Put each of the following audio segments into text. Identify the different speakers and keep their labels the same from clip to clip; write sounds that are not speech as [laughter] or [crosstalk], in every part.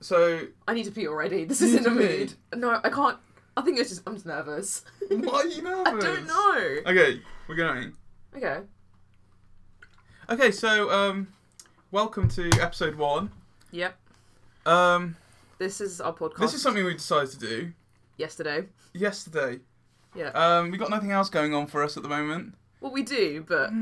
Speaker 1: So
Speaker 2: I need to pee already. This
Speaker 1: You
Speaker 2: isn't a
Speaker 1: need to
Speaker 2: mood. No, I can't. I think it's just I'm just nervous. [laughs]
Speaker 1: why are you
Speaker 2: I
Speaker 1: nervous?
Speaker 2: don't know.
Speaker 1: Okay, we're going.
Speaker 2: Okay.
Speaker 1: Okay, so um, welcome to episode one.
Speaker 2: Yep.
Speaker 1: Um,
Speaker 2: This is our podcast.
Speaker 1: this is something we decided to do
Speaker 2: yesterday.
Speaker 1: yesterday.
Speaker 2: Yeah.
Speaker 1: Um, we got nothing else going on for us at the moment.
Speaker 2: Well, we do, but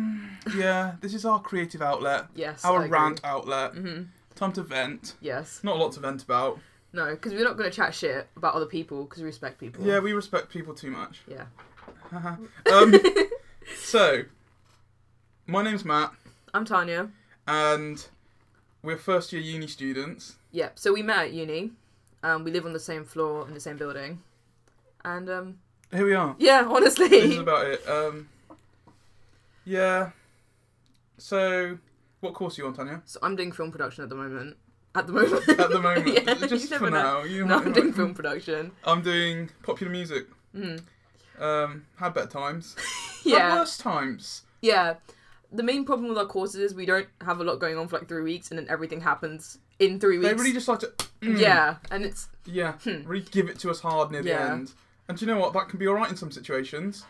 Speaker 1: Yeah, this is our creative
Speaker 2: [laughs]
Speaker 1: outlet,
Speaker 2: yes. I
Speaker 1: Mm. our
Speaker 2: agree.
Speaker 1: rant outlet.
Speaker 2: Mhm.
Speaker 1: Time to vent.
Speaker 2: Yes.
Speaker 1: Not a lot to vent about.
Speaker 2: No, because we're not going to chat shit about other people because we respect people.
Speaker 1: Yeah, we respect people too much. [laughs]
Speaker 2: Yeah.
Speaker 1: um,
Speaker 2: [laughs]
Speaker 1: so, my name's Matt,
Speaker 2: I'm Tanya.
Speaker 1: and we're first year uni students.
Speaker 2: Yep. So we met at uni. Um, we live on the same floor in the same building. And um,
Speaker 1: Here we are.
Speaker 2: yeah,
Speaker 1: this is
Speaker 2: [laughs] honestly,
Speaker 1: about it. Um, yeah. So, what course are you on, Tanya?
Speaker 2: so I'm doing film production at the moment. At the moment.
Speaker 1: At the moment,
Speaker 2: [laughs] yeah, you
Speaker 1: just
Speaker 2: never
Speaker 1: for
Speaker 2: know.
Speaker 1: now. You
Speaker 2: No,
Speaker 1: might-
Speaker 2: I'm doing film production.
Speaker 1: I'm doing popular music.
Speaker 2: Mm.
Speaker 1: Um, had better
Speaker 2: [laughs]
Speaker 1: times. Had
Speaker 2: Yeah,
Speaker 1: worse times.
Speaker 2: yeah. The main problem with our courses is we don't have a lot going on for like three weeks, and then everything happens in three weeks.
Speaker 1: They really just like to. mm,
Speaker 2: Yeah, and it's
Speaker 1: Yeah.
Speaker 2: Hmm.
Speaker 1: Really give it to us hard near
Speaker 2: Yeah.
Speaker 1: the end. And do you know what? That can be alright in some situations.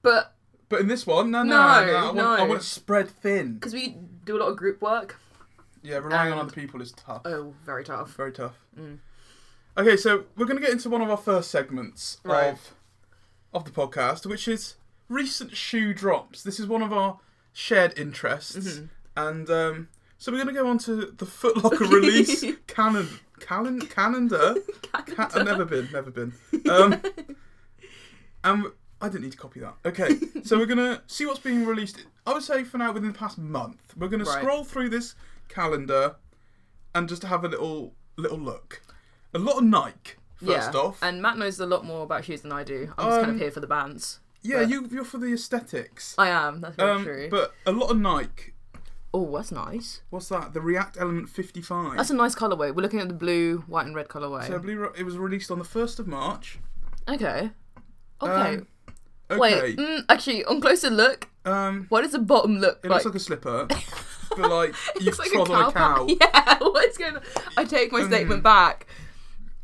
Speaker 2: but
Speaker 1: But in this one, no, no,
Speaker 2: No,
Speaker 1: no. I, want,
Speaker 2: no.
Speaker 1: I want it spread thin.
Speaker 2: because we do a lot of group work.
Speaker 1: Yeah, relying on
Speaker 2: And-
Speaker 1: other people is tough.
Speaker 2: Oh, very
Speaker 1: [laughs]
Speaker 2: tough.
Speaker 1: Very tough.
Speaker 2: Mm.
Speaker 1: Okay, so we're going to get into one of our first segments
Speaker 2: Right.
Speaker 1: of of the podcast, which is recent shoe drops. This is one of our shared interests,
Speaker 2: Mhm.
Speaker 1: and um, so we're going to go on to the Foot Locker
Speaker 2: [laughs]
Speaker 1: release canon, canon, calendar. Ca- I've never been, never been. Um, and I didn't need to copy that. Okay, so we're gonna see what's being released. I would say for now, within the past month, we're gonna
Speaker 2: Right.
Speaker 1: scroll through this calendar and just have a little little look. A lot of Nike, first
Speaker 2: yeah.
Speaker 1: off.
Speaker 2: and Matt knows a lot more about shoes than I do. I'm just kind
Speaker 1: Um,
Speaker 2: of here for the bands.
Speaker 1: yeah,
Speaker 2: but-
Speaker 1: you you're for the aesthetics.
Speaker 2: I am. That's very true.
Speaker 1: um, but a lot of Nike.
Speaker 2: oh, that's nice.
Speaker 1: What's that? The React Element 55.
Speaker 2: That's a nice colorway. We're looking at the blue, white, and red colorway.
Speaker 1: so I believe it was released on the first of March.
Speaker 2: okay. Okay.
Speaker 1: Um, Okay.
Speaker 2: Wait. Mm, actually, on closer look,
Speaker 1: Um,
Speaker 2: what does the bottom look
Speaker 1: it
Speaker 2: like?
Speaker 1: looks like a
Speaker 2: [laughs]
Speaker 1: slipper, but like you've
Speaker 2: It's like
Speaker 1: trod on a cow.
Speaker 2: [laughs]
Speaker 1: Mm-hmm.
Speaker 2: Yeah, what's going on? I take my statement back.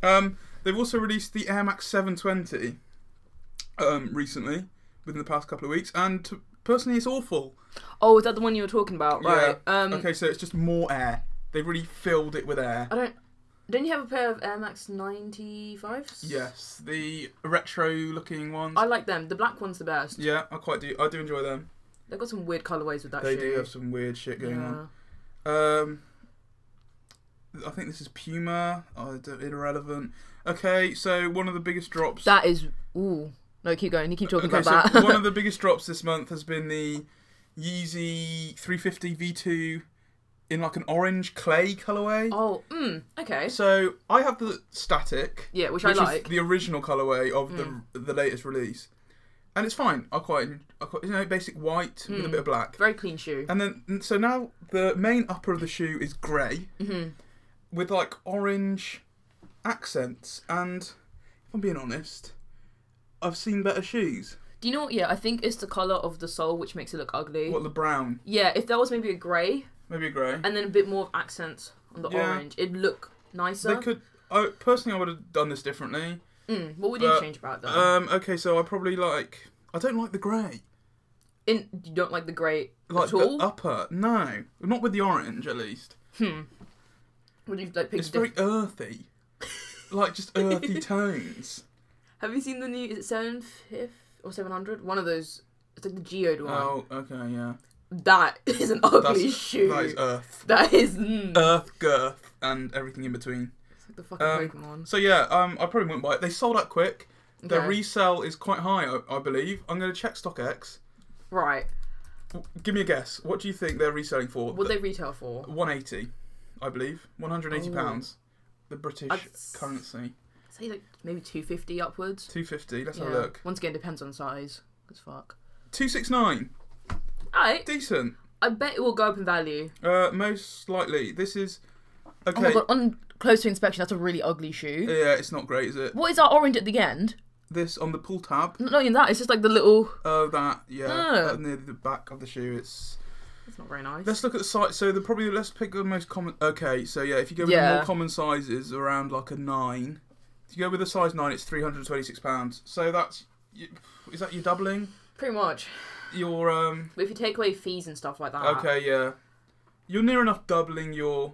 Speaker 1: Um, they've also released the Air Max 720 um, recently, within the past couple of weeks, and to, personally, it's awful.
Speaker 2: Oh, is that the one you were talking about? Right. Um,
Speaker 1: okay, so it's just more air. They really filled it with air.
Speaker 2: I don't. Don't you have a pair of Air Max 95s?
Speaker 1: Yes, the retro-looking ones.
Speaker 2: I like them. The black one's the best.
Speaker 1: yeah, I quite do. I do enjoy them.
Speaker 2: They've got some weird colorways with that
Speaker 1: They do
Speaker 2: shoe.
Speaker 1: have some weird shit going
Speaker 2: yeah.
Speaker 1: on. Um, I think this is Puma. Oh, I don't- irrelevant. Okay, so one of the biggest drops.
Speaker 2: That is. Ooh. No, keep going. You keep talking
Speaker 1: Okay,
Speaker 2: about
Speaker 1: so
Speaker 2: that.
Speaker 1: one
Speaker 2: [laughs]
Speaker 1: of the biggest drops this month has been the Yeezy 350 V2 in like an orange clay colorway.
Speaker 2: oh, mm, okay.
Speaker 1: So I have the static,
Speaker 2: Yeah, which,
Speaker 1: is
Speaker 2: I like. Mm.
Speaker 1: the original colorway of the the latest release, and it's fine. I quite, I quite, you know, basic white with a
Speaker 2: Mm.
Speaker 1: bit of black,
Speaker 2: Very clean shoe.
Speaker 1: and then so now the main upper of the shoe is gray
Speaker 2: Mhm.
Speaker 1: with like orange accents, and if I'm being honest, I've seen better shoes.
Speaker 2: Do you know what? Yeah, I think it's the color of the sole which makes it look ugly.
Speaker 1: What the brown?
Speaker 2: Yeah, if there was maybe a grey
Speaker 1: Maybe a grey.
Speaker 2: and uh, then a bit more of accents on the
Speaker 1: Yeah.
Speaker 2: orange, it'd look nicer.
Speaker 1: They could. I personally, I would have done this differently.
Speaker 2: Mm, what would you
Speaker 1: Uh,
Speaker 2: change about that?
Speaker 1: Um. Okay. So I probably like. I don't like the grey.
Speaker 2: In, you don't like the grey
Speaker 1: Like
Speaker 2: at all?
Speaker 1: the upper. No, not with the orange at least.
Speaker 2: would you like pick
Speaker 1: It's
Speaker 2: diff-
Speaker 1: very
Speaker 2: [laughs]
Speaker 1: earthy. like just earthy tones.
Speaker 2: Have you seen the new? Is it seven fifth or seven hundred? One of those. It's like the geode one.
Speaker 1: Oh. Okay. Yeah.
Speaker 2: That [laughs] is an ugly
Speaker 1: That's
Speaker 2: shoe.
Speaker 1: that is Uh, earth.
Speaker 2: [laughs] That is, mm,
Speaker 1: Earth girth and everything in between.
Speaker 2: it's like the fucking
Speaker 1: um,
Speaker 2: Pokemon.
Speaker 1: So yeah. Um. I probably wouldn't buy it. They sold out quick. Their
Speaker 2: Okay.
Speaker 1: resale is quite high. I, I believe. I'm going to check StockX.
Speaker 2: right.
Speaker 1: W- Give me a guess. What do you think they're reselling for?
Speaker 2: What they retail for?
Speaker 1: Oh. 180, I believe. 180
Speaker 2: Oh.
Speaker 1: pounds. The British
Speaker 2: That's-
Speaker 1: currency.
Speaker 2: Say like maybe two fifty upwards.
Speaker 1: 250. Let's have
Speaker 2: Yeah.
Speaker 1: a look.
Speaker 2: Once again, depends on size. As fuck.
Speaker 1: 269.
Speaker 2: Alright.
Speaker 1: Decent.
Speaker 2: I bet it will go up in value.
Speaker 1: Uh, most likely. This is.
Speaker 2: Oh
Speaker 1: Okay. Uh,
Speaker 2: my god! On closer inspection, that's a really ugly shoe.
Speaker 1: Yeah, it's not great, is it?
Speaker 2: What is that orange at the end?
Speaker 1: This on the pull tab.
Speaker 2: Not even that. It's just like the little.
Speaker 1: Oh, that. Yeah.
Speaker 2: Oh.
Speaker 1: uh, near the back of the shoe. It's.
Speaker 2: That's not very nice.
Speaker 1: Let's look at the size. So the probably let's pick the most common. Okay, so yeah, if you go with the
Speaker 2: Yeah.
Speaker 1: more common sizes, around like a nine. If you go with a size nine, it's three hundred twenty-six pounds. So that's you- is that your doubling?
Speaker 2: Pretty much.
Speaker 1: Your um.
Speaker 2: But if you take away fees and stuff like that.
Speaker 1: Okay, yeah, you're near enough doubling your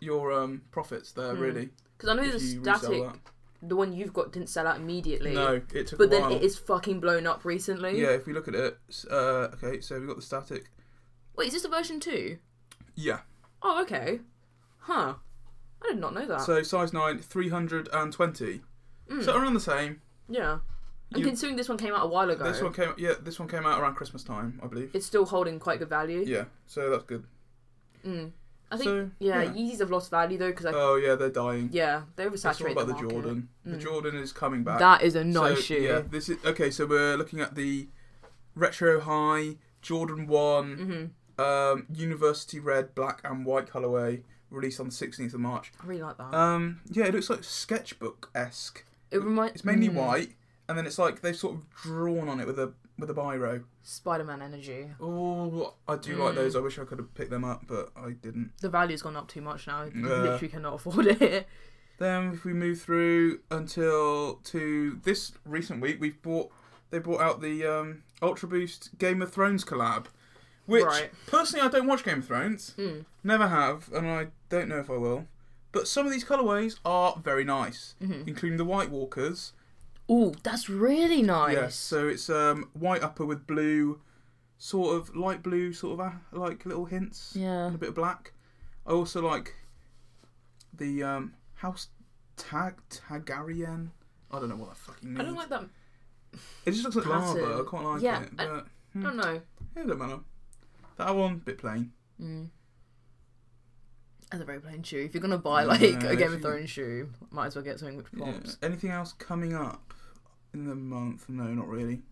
Speaker 1: your um profits there.
Speaker 2: Hmm.
Speaker 1: Really,
Speaker 2: Because I know the
Speaker 1: if you resell
Speaker 2: static,
Speaker 1: that.
Speaker 2: the one you've got, didn't sell out immediately.
Speaker 1: No, it took
Speaker 2: But
Speaker 1: a
Speaker 2: then
Speaker 1: while.
Speaker 2: it is fucking blown up recently.
Speaker 1: Yeah, if we look at it, s- uh, okay, so we've got the static.
Speaker 2: Wait, is this a version two?
Speaker 1: Yeah,
Speaker 2: Oh, okay. Huh. I did not know that.
Speaker 1: so size 9, 320.
Speaker 2: Hmm.
Speaker 1: So around the same.
Speaker 2: yeah. And
Speaker 1: You-
Speaker 2: considering this one came out a while ago,
Speaker 1: This one came yeah, this one came out around Christmas time, I believe.
Speaker 2: it's still holding quite good value.
Speaker 1: Yeah, so that's good.
Speaker 2: Mm. I think,
Speaker 1: So,
Speaker 2: yeah,
Speaker 1: yeah.
Speaker 2: Yeezys have lost value though, because I.
Speaker 1: Oh yeah, they're dying.
Speaker 2: yeah, they're
Speaker 1: It's all
Speaker 2: oversaturated.
Speaker 1: about the,
Speaker 2: market.
Speaker 1: Jordan. The
Speaker 2: Mm.
Speaker 1: Jordan is coming back.
Speaker 2: That is a
Speaker 1: So,
Speaker 2: nice shoe.
Speaker 1: Yeah, this is okay, so we're looking at the Retro High, Jordan one
Speaker 2: hmm
Speaker 1: um, University Red, Black and White colourway, released on the sixteenth of March.
Speaker 2: I really like that.
Speaker 1: Um, yeah, it looks like sketchbook esque.
Speaker 2: it reminds.
Speaker 1: It's mainly
Speaker 2: mm,
Speaker 1: white, and then it's like they've sort of drawn on it with a with a biro.
Speaker 2: Spider-Man energy.
Speaker 1: Oh, I do
Speaker 2: Mm.
Speaker 1: like those. I wish I could have picked them up, but I didn't.
Speaker 2: The value's gone up too much now. You
Speaker 1: Yeah.
Speaker 2: literally cannot afford [laughs] it.
Speaker 1: Then if we move through until to this recent week, we've bought they brought out the um, Ultra Boost Game of Thrones collab, which
Speaker 2: Right.
Speaker 1: personally I don't watch Game of Thrones,
Speaker 2: Mm.
Speaker 1: never have, and I don't know if I will. But some of these colorways are very nice,
Speaker 2: Mm-hmm.
Speaker 1: including the White Walkers.
Speaker 2: Ooh, that's really nice.
Speaker 1: Yes, so it's um white upper with blue, sort of light blue, sort of uh, like little hints,
Speaker 2: Yeah.
Speaker 1: and a bit of black. I also like the um house tag Targaryen. I don't know what that fucking means.
Speaker 2: I don't like that.
Speaker 1: it just looks like lava.
Speaker 2: pattern.
Speaker 1: I quite like
Speaker 2: Yeah,
Speaker 1: it,
Speaker 2: I-
Speaker 1: but
Speaker 2: I don't know.
Speaker 1: yeah, it don't matter. That one bit plain.
Speaker 2: Mm. As a very plain shoe. If you're gonna buy like
Speaker 1: Yeah,
Speaker 2: a Game
Speaker 1: if you-
Speaker 2: of Thrones shoe, might as well get something which
Speaker 1: Yeah.
Speaker 2: pops.
Speaker 1: Anything else coming up in the month? No, not
Speaker 2: [laughs]
Speaker 1: really.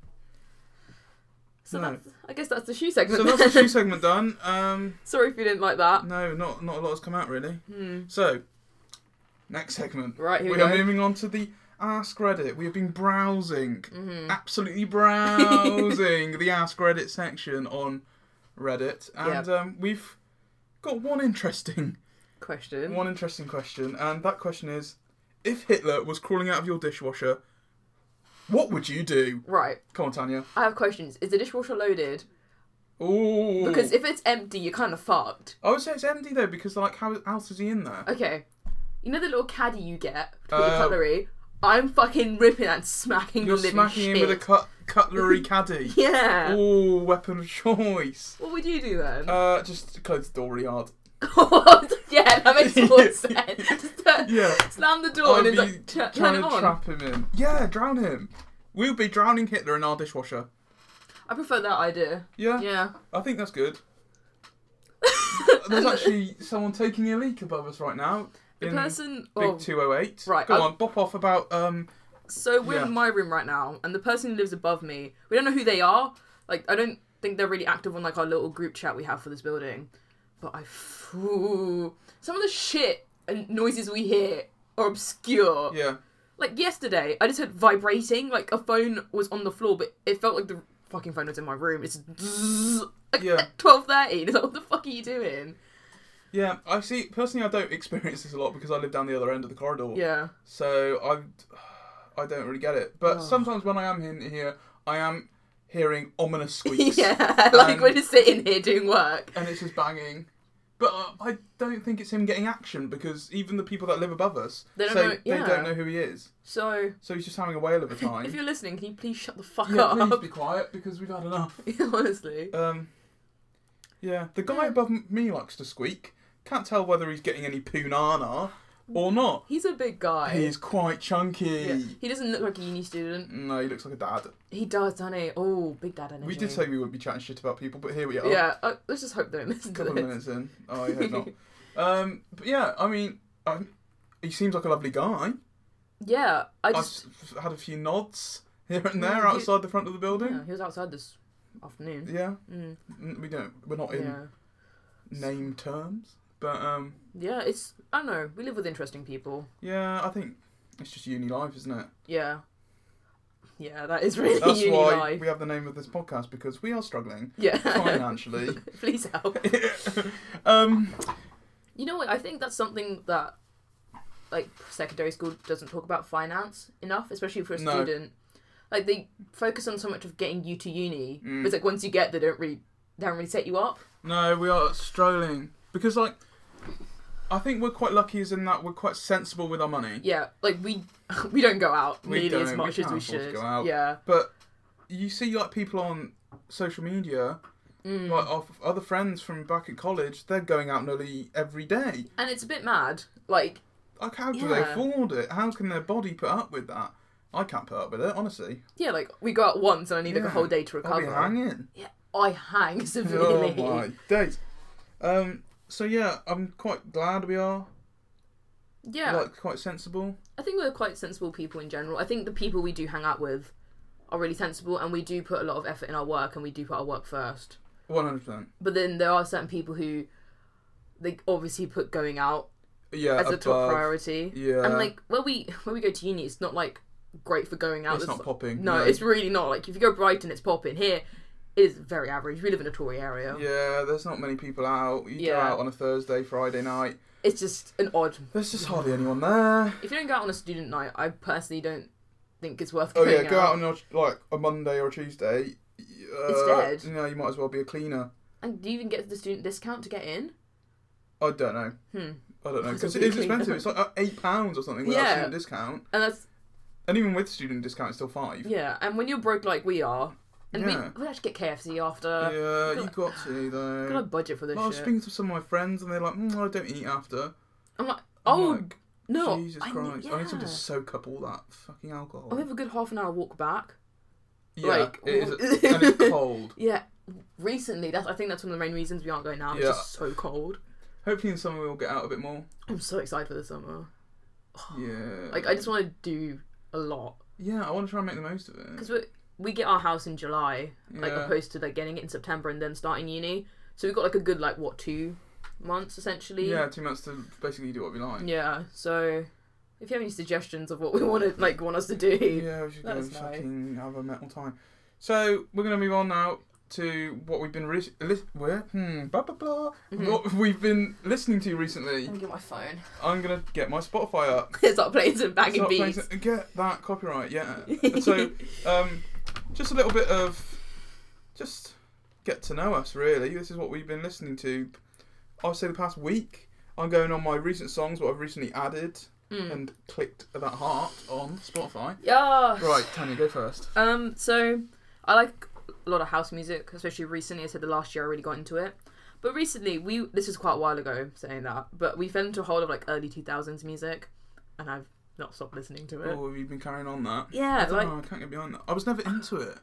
Speaker 2: So
Speaker 1: No.
Speaker 2: that's, I guess that's the shoe segment.
Speaker 1: So that's the shoe segment done. Um,
Speaker 2: [laughs] Sorry if you didn't like that.
Speaker 1: no, not not a lot has come out really.
Speaker 2: Hmm.
Speaker 1: So, next segment.
Speaker 2: Right, here we
Speaker 1: are
Speaker 2: go.
Speaker 1: moving on to the Ask Reddit. We have been browsing,
Speaker 2: Mhm. [laughs]
Speaker 1: absolutely browsing the Ask Reddit section on Reddit, and
Speaker 2: Yep.
Speaker 1: um, we've got one interesting,
Speaker 2: Question.
Speaker 1: one interesting question, and that question is: If Hitler was crawling out of your dishwasher, what would you do?
Speaker 2: Right.
Speaker 1: Come on, Tanya.
Speaker 2: I have questions. Is the dishwasher loaded?
Speaker 1: Ooh.
Speaker 2: Because if it's empty, you're kind of fucked.
Speaker 1: I would say it's empty though, because like, how else is he in there?
Speaker 2: Okay. You know the little caddy you get for
Speaker 1: Oh.
Speaker 2: your cutlery? I'm fucking ripping and smacking
Speaker 1: You're
Speaker 2: the living
Speaker 1: smacking
Speaker 2: shit.
Speaker 1: him with a cut- cutlery caddy.
Speaker 2: [laughs] Yeah.
Speaker 1: Ooh, weapon of choice.
Speaker 2: What would you do then? [laughs]
Speaker 1: Uh, just close the door really hard.
Speaker 2: yeah, that makes
Speaker 1: [laughs]
Speaker 2: more sense. Just, uh,
Speaker 1: Yeah.
Speaker 2: Slam the
Speaker 1: I'd
Speaker 2: door Oh, and
Speaker 1: be
Speaker 2: it's like, "Tur- turn
Speaker 1: trying
Speaker 2: it
Speaker 1: to
Speaker 2: on.
Speaker 1: trap him in. Yeah, drown him. We'll be drowning Hitler in our dishwasher.
Speaker 2: I prefer that idea.
Speaker 1: Yeah,
Speaker 2: Yeah.
Speaker 1: I think that's
Speaker 2: [laughs]
Speaker 1: good. There's actually someone taking a leak above us right now.
Speaker 2: The
Speaker 1: in
Speaker 2: person.
Speaker 1: Big
Speaker 2: Oh,
Speaker 1: 208.
Speaker 2: Right,
Speaker 1: Go
Speaker 2: I'll-
Speaker 1: on, bop off about um.
Speaker 2: so we're
Speaker 1: yeah.
Speaker 2: in my room right now, and the person who lives above me, we don't know who they are. Like, I don't think they're really active on like our little group chat we have for this building. But I, f- ooh. some of the shit and noises we hear are obscure.
Speaker 1: Yeah.
Speaker 2: Like yesterday, I just heard vibrating. Like a phone was on the floor, but it felt like the fucking phone was in my room. It's zzzz, like
Speaker 1: Yeah.
Speaker 2: at [laughs] twelve thirty. It's like, what the fuck are you doing?
Speaker 1: Yeah, I see. Personally, I don't experience this a lot because I live down the other end of the corridor.
Speaker 2: Yeah.
Speaker 1: So I, I don't really get it. But
Speaker 2: Oh.
Speaker 1: sometimes when I am in here, I am hearing ominous squeaks.
Speaker 2: [laughs] Yeah, like
Speaker 1: And-
Speaker 2: we're just sitting here doing work.
Speaker 1: and it's just banging. But uh, I don't think it's him getting action because even the people that live above us,
Speaker 2: They don't
Speaker 1: say
Speaker 2: know-
Speaker 1: they
Speaker 2: yeah.
Speaker 1: don't know who he is.
Speaker 2: So,
Speaker 1: So he's just having a whale of a time.
Speaker 2: [laughs] if you're listening, can you please shut the fuck
Speaker 1: yeah, please
Speaker 2: up?
Speaker 1: be quiet because we've had enough.
Speaker 2: [laughs] Honestly.
Speaker 1: Um, yeah, the guy
Speaker 2: Yeah.
Speaker 1: above m- me likes to squeak. Can't tell whether he's getting any punana or not.
Speaker 2: He's a big guy.
Speaker 1: He's quite chunky.
Speaker 2: Mm. Yeah. He doesn't look like a uni student.
Speaker 1: No, he looks like a dad.
Speaker 2: He does, doesn't he? Oh, big dad energy.
Speaker 1: We did say we wouldn't be chatting shit about people, but here we are.
Speaker 2: Yeah, uh, let's just hope they don't listen
Speaker 1: A
Speaker 2: to
Speaker 1: couple of
Speaker 2: [laughs]
Speaker 1: minutes
Speaker 2: this.
Speaker 1: in. Oh, I hope not. Um, but yeah, I mean, I, he seems like a lovely guy.
Speaker 2: Yeah, I
Speaker 1: I've
Speaker 2: just.
Speaker 1: s- had a few nods here and
Speaker 2: Yeah,
Speaker 1: there
Speaker 2: you-
Speaker 1: outside the front of the building.
Speaker 2: Yeah, he was outside this afternoon.
Speaker 1: Yeah,
Speaker 2: Mm,
Speaker 1: N- we don't. We're not in
Speaker 2: yeah.
Speaker 1: name terms, but um,
Speaker 2: Yeah, it's. I don't know. We live with interesting people.
Speaker 1: yeah, I think it's just uni life, isn't it?
Speaker 2: Yeah. Yeah, that is [laughs] really
Speaker 1: That's
Speaker 2: uni
Speaker 1: why
Speaker 2: life.
Speaker 1: we have the name of this podcast because we are struggling
Speaker 2: [laughs] yeah.
Speaker 1: financially.
Speaker 2: [laughs] Please help.
Speaker 1: um,
Speaker 2: You know what? I think that's something that like secondary school doesn't talk about finance enough, especially for a
Speaker 1: No.
Speaker 2: student. Like they focus on so much of getting you to uni,
Speaker 1: Mm.
Speaker 2: but it's like once you get, they don't really they don't really set you up.
Speaker 1: no, we are struggling because like I think we're quite lucky as in that we're quite sensible with our money.
Speaker 2: Yeah, like we [laughs] we don't go out
Speaker 1: We
Speaker 2: nearly as
Speaker 1: don't. We
Speaker 2: much as
Speaker 1: can't
Speaker 2: we
Speaker 1: afford to
Speaker 2: should.
Speaker 1: go out.
Speaker 2: Yeah,
Speaker 1: But you see like people on social media,
Speaker 2: Mm.
Speaker 1: like our f- other friends from back at college, they're going out nearly every day.
Speaker 2: and it's a bit mad. Like
Speaker 1: Like, how do they
Speaker 2: Yeah.
Speaker 1: afford it? How can their body put up with that? I can't put up with it, honestly.
Speaker 2: yeah, like we go out once and I need like a
Speaker 1: Yeah.
Speaker 2: whole day to
Speaker 1: I'll be
Speaker 2: recover. [laughs]
Speaker 1: hanging.
Speaker 2: yeah, I hang [laughs]
Speaker 1: Oh
Speaker 2: severely.
Speaker 1: my days. Um. So yeah, I'm quite glad we are
Speaker 2: Yeah,
Speaker 1: like quite sensible.
Speaker 2: I think we're quite sensible people in general. I think the people we do hang out with are really sensible and we do put a lot of effort in our work and we do put our work first.
Speaker 1: One hundred percent.
Speaker 2: But then there are certain people who they obviously put going out
Speaker 1: Yeah.
Speaker 2: as a top
Speaker 1: above.
Speaker 2: priority.
Speaker 1: Yeah.
Speaker 2: And like where we where we go to uni it's not like great for going out.
Speaker 1: it's not popping.
Speaker 2: no, it's really not. Like if you go Brighton it's popping. Here it is very average. We live in a Tory area.
Speaker 1: Yeah, there's not many people out. You go
Speaker 2: Yeah.
Speaker 1: out on a Thursday, Friday night.
Speaker 2: It's just an odd
Speaker 1: There's just hardly anyone
Speaker 2: [laughs]
Speaker 1: there.
Speaker 2: if you don't go out on a student night, I personally don't think it's worth
Speaker 1: Oh
Speaker 2: going
Speaker 1: yeah, go out on your, like a Monday or a Tuesday. Uh,
Speaker 2: It's dead.
Speaker 1: You know, you might as well be a cleaner.
Speaker 2: And do you even get the student discount to get in?
Speaker 1: I don't know.
Speaker 2: Hmm.
Speaker 1: I don't know because
Speaker 2: Possibly
Speaker 1: it is
Speaker 2: cleaner.
Speaker 1: expensive. It's like uh, eight pounds or something without
Speaker 2: Yeah.
Speaker 1: student discount,
Speaker 2: And that's
Speaker 1: and even with student discount, it's still five.
Speaker 2: Yeah, and when you're broke like we are, and
Speaker 1: Yeah.
Speaker 2: we we have to get KFC after.
Speaker 1: yeah,
Speaker 2: got-
Speaker 1: you got to though.
Speaker 2: Got a budget for this
Speaker 1: I was
Speaker 2: shit.
Speaker 1: speaking to some of my friends, and they're like, mm, "I don't eat after."
Speaker 2: I'm like,
Speaker 1: I'm
Speaker 2: oh
Speaker 1: like,
Speaker 2: no,
Speaker 1: Jesus
Speaker 2: I need-
Speaker 1: Christ! I need someone to
Speaker 2: yeah.
Speaker 1: soak up all that fucking alcohol.
Speaker 2: Oh, we have a good half an hour walk back.
Speaker 1: yeah,
Speaker 2: like,
Speaker 1: it is,
Speaker 2: what-
Speaker 1: and
Speaker 2: [laughs]
Speaker 1: it's cold.
Speaker 2: Yeah, recently that's I think that's one of the main reasons we aren't going now. It's
Speaker 1: Yeah.
Speaker 2: just so cold.
Speaker 1: Hopefully, in summer we'll get out a bit
Speaker 2: [sighs]
Speaker 1: more.
Speaker 2: I'm so excited for the summer. [sighs]
Speaker 1: Yeah.
Speaker 2: Like I just want to do a lot
Speaker 1: Yeah, I want to try and make the most of it.
Speaker 2: because we we get our house in July, like
Speaker 1: Yeah.
Speaker 2: opposed to like getting it in September and then starting uni. So we've got like a good like what two months essentially.
Speaker 1: Yeah, two months to basically do what we like.
Speaker 2: Yeah. So if you have any suggestions of what we want to like want us to do,
Speaker 1: Yeah, we should
Speaker 2: Let
Speaker 1: go
Speaker 2: us know.
Speaker 1: fucking have a metal time. So we're gonna move on now to what we've been re- li- where hmm blah blah blah
Speaker 2: Mhm.
Speaker 1: what we've been listening to recently.
Speaker 2: get my phone. [laughs]
Speaker 1: I'm gonna get my Spotify up.
Speaker 2: Start playing some banging
Speaker 1: Stop playing
Speaker 2: beats.
Speaker 1: some- Get that copyright, yeah. so, um, just a little bit of just get to know us, really. This is what we've been listening to. I'll say the past week. I'm going on my recent songs, what I've recently added
Speaker 2: Mm.
Speaker 1: and clicked that heart on Spotify.
Speaker 2: Yeah.
Speaker 1: Right, Tanya, go first.
Speaker 2: Um. So I like a lot of house music, especially recently. I said the last year I really got into it. But recently, we this is quite a while ago saying that, but we fell into a hole of like early two thousands music, and I've not stopped listening to it.
Speaker 1: Oh, have you been carrying on that?
Speaker 2: Yeah, like
Speaker 1: oh, I can't get behind that. I was never into it.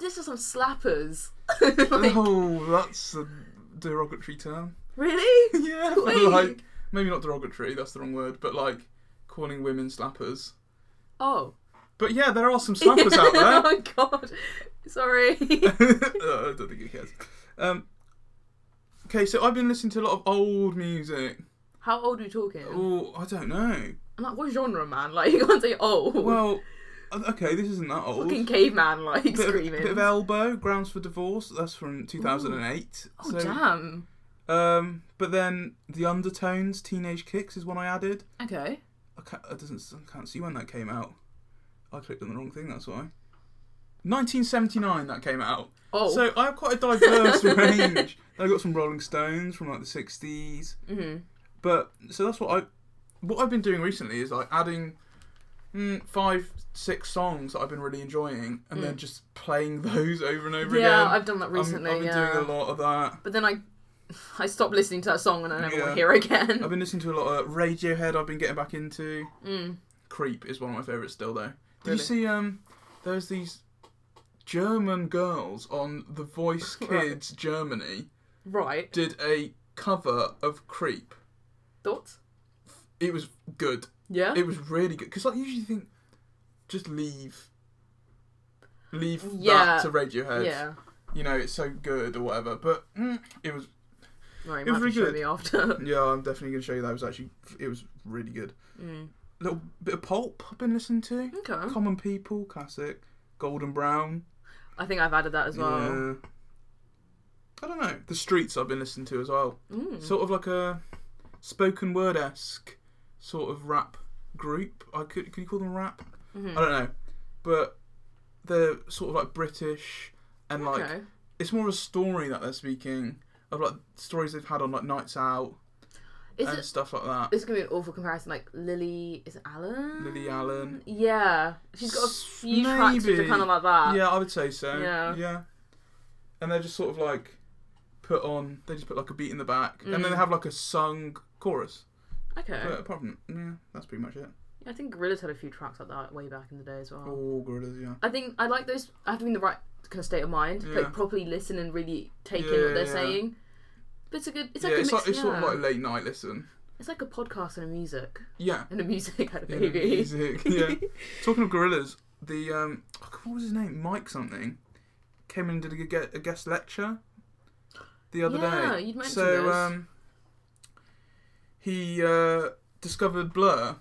Speaker 2: this is
Speaker 1: [laughs]
Speaker 2: some slappers. [laughs] Like,
Speaker 1: oh, that's a derogatory
Speaker 2: [laughs]
Speaker 1: term.
Speaker 2: Really?
Speaker 1: yeah, but [laughs]
Speaker 2: Wait.
Speaker 1: like maybe not derogatory. That's the wrong word, but like calling women slappers.
Speaker 2: Oh.
Speaker 1: But yeah, there
Speaker 2: [laughs]
Speaker 1: are some slappers out there. [laughs]
Speaker 2: oh God. Sorry. [laughs]
Speaker 1: Uh, I don't think it cares. Um, okay, so I've been listening to a lot of old music.
Speaker 2: How old are we talking?
Speaker 1: Oh, I don't know.
Speaker 2: I'm like, what genre, man? Like, [laughs] you can't say old.
Speaker 1: Well, okay, this isn't that old.
Speaker 2: Fucking caveman, like,
Speaker 1: bit, of,
Speaker 2: screaming.
Speaker 1: bit of Elbow, Grounds for Divorce. That's from 2008.
Speaker 2: oh, damn.
Speaker 1: Um, but then the Undertones, Teenage Kicks is one I added.
Speaker 2: Okay.
Speaker 1: I can't, I doesn't, I can't see when that came out. I clicked on the wrong thing. That's why. 1979 that came out.
Speaker 2: Oh.
Speaker 1: So I have quite a
Speaker 2: [laughs]
Speaker 1: diverse range. I got some Rolling Stones from like the 60s.
Speaker 2: hmm
Speaker 1: But so that's what I what I've been doing recently is like adding mm, five six songs that I've been really enjoying and then just playing [laughs] those over and over
Speaker 2: Mm. Yeah,
Speaker 1: again.
Speaker 2: I've done that
Speaker 1: I'm-
Speaker 2: recently,
Speaker 1: I've been
Speaker 2: yeah.
Speaker 1: doing a lot of that.
Speaker 2: But then I [laughs] I stopped listening to that song and I never want
Speaker 1: Yeah.
Speaker 2: to hear
Speaker 1: [laughs]
Speaker 2: again.
Speaker 1: I've been listening to a lot of Radiohead. I've been getting back into
Speaker 2: Mm.
Speaker 1: Creep is one of my favorites still though. Did you
Speaker 2: Really?
Speaker 1: see um there's these German girls on The Voice Kids
Speaker 2: [laughs] Right.
Speaker 1: Germany
Speaker 2: Right.
Speaker 1: did a cover of Creep.
Speaker 2: Thoughts?
Speaker 1: It was good.
Speaker 2: Yeah?
Speaker 1: It was really good because I usually think just leave, leave
Speaker 2: Yeah.
Speaker 1: that to Radiohead.
Speaker 2: yeah.
Speaker 1: You know it's so good or whatever. But mm, it was
Speaker 2: Right,
Speaker 1: It
Speaker 2: you might
Speaker 1: was
Speaker 2: have to
Speaker 1: really
Speaker 2: show me after. [laughs]
Speaker 1: yeah. I'm definitely gonna show you that. It was actually it was really good.
Speaker 2: mm.
Speaker 1: Little bit of Pulp I've been listening to.
Speaker 2: Okay.
Speaker 1: Common People classic. golden brown.
Speaker 2: I think I've added that as well.
Speaker 1: Yeah. I don't know. The streets I've been listening to as well.
Speaker 2: Mm.
Speaker 1: Sort of like a spoken word esque sort of rap group. I could could you call them rap?
Speaker 2: Mhm.
Speaker 1: I don't know. But they're sort of like British and like
Speaker 2: okay.
Speaker 1: it's more of a story that they're speaking of like stories they've had on like nights out
Speaker 2: Is
Speaker 1: and
Speaker 2: it?
Speaker 1: stuff like that.
Speaker 2: This is gonna be an awful comparison. Like Lily, is it Allen?
Speaker 1: Lily Allen.
Speaker 2: Yeah, she's got a
Speaker 1: S-
Speaker 2: few tracks which are
Speaker 1: maybe.
Speaker 2: kind of like that.
Speaker 1: Yeah, I would say so.
Speaker 2: Uh, Yeah.
Speaker 1: Yeah. And they're just sort of like put on. They just put like a beat in the back, and then
Speaker 2: Mm.
Speaker 1: they have like a sung chorus.
Speaker 2: Okay.
Speaker 1: But apart from yeah, that's pretty much it.
Speaker 2: I think Gorillaz had a few tracks like that way back in the day as well.
Speaker 1: All gorillas, yeah.
Speaker 2: I think I like those having the right kind of state of mind,
Speaker 1: Yeah.
Speaker 2: like properly listen and really take in
Speaker 1: Yeah,
Speaker 2: what they're
Speaker 1: yeah.
Speaker 2: saying. But it's a good. It's like
Speaker 1: yeah,
Speaker 2: a
Speaker 1: it's
Speaker 2: mix.
Speaker 1: like it's
Speaker 2: yeah.
Speaker 1: sort of like late night listen.
Speaker 2: it's like a podcast and a music [laughs]
Speaker 1: Yeah.
Speaker 2: and a music and a
Speaker 1: Yeah,
Speaker 2: baby. [laughs]
Speaker 1: music. [laughs] Yeah. Talking of gorillas, the um, what was his name? Mike something came in and did a, ge- a guest lecture the other day.
Speaker 2: Yeah, you'd mentioned
Speaker 1: so
Speaker 2: this.
Speaker 1: um, he uh, discovered Blur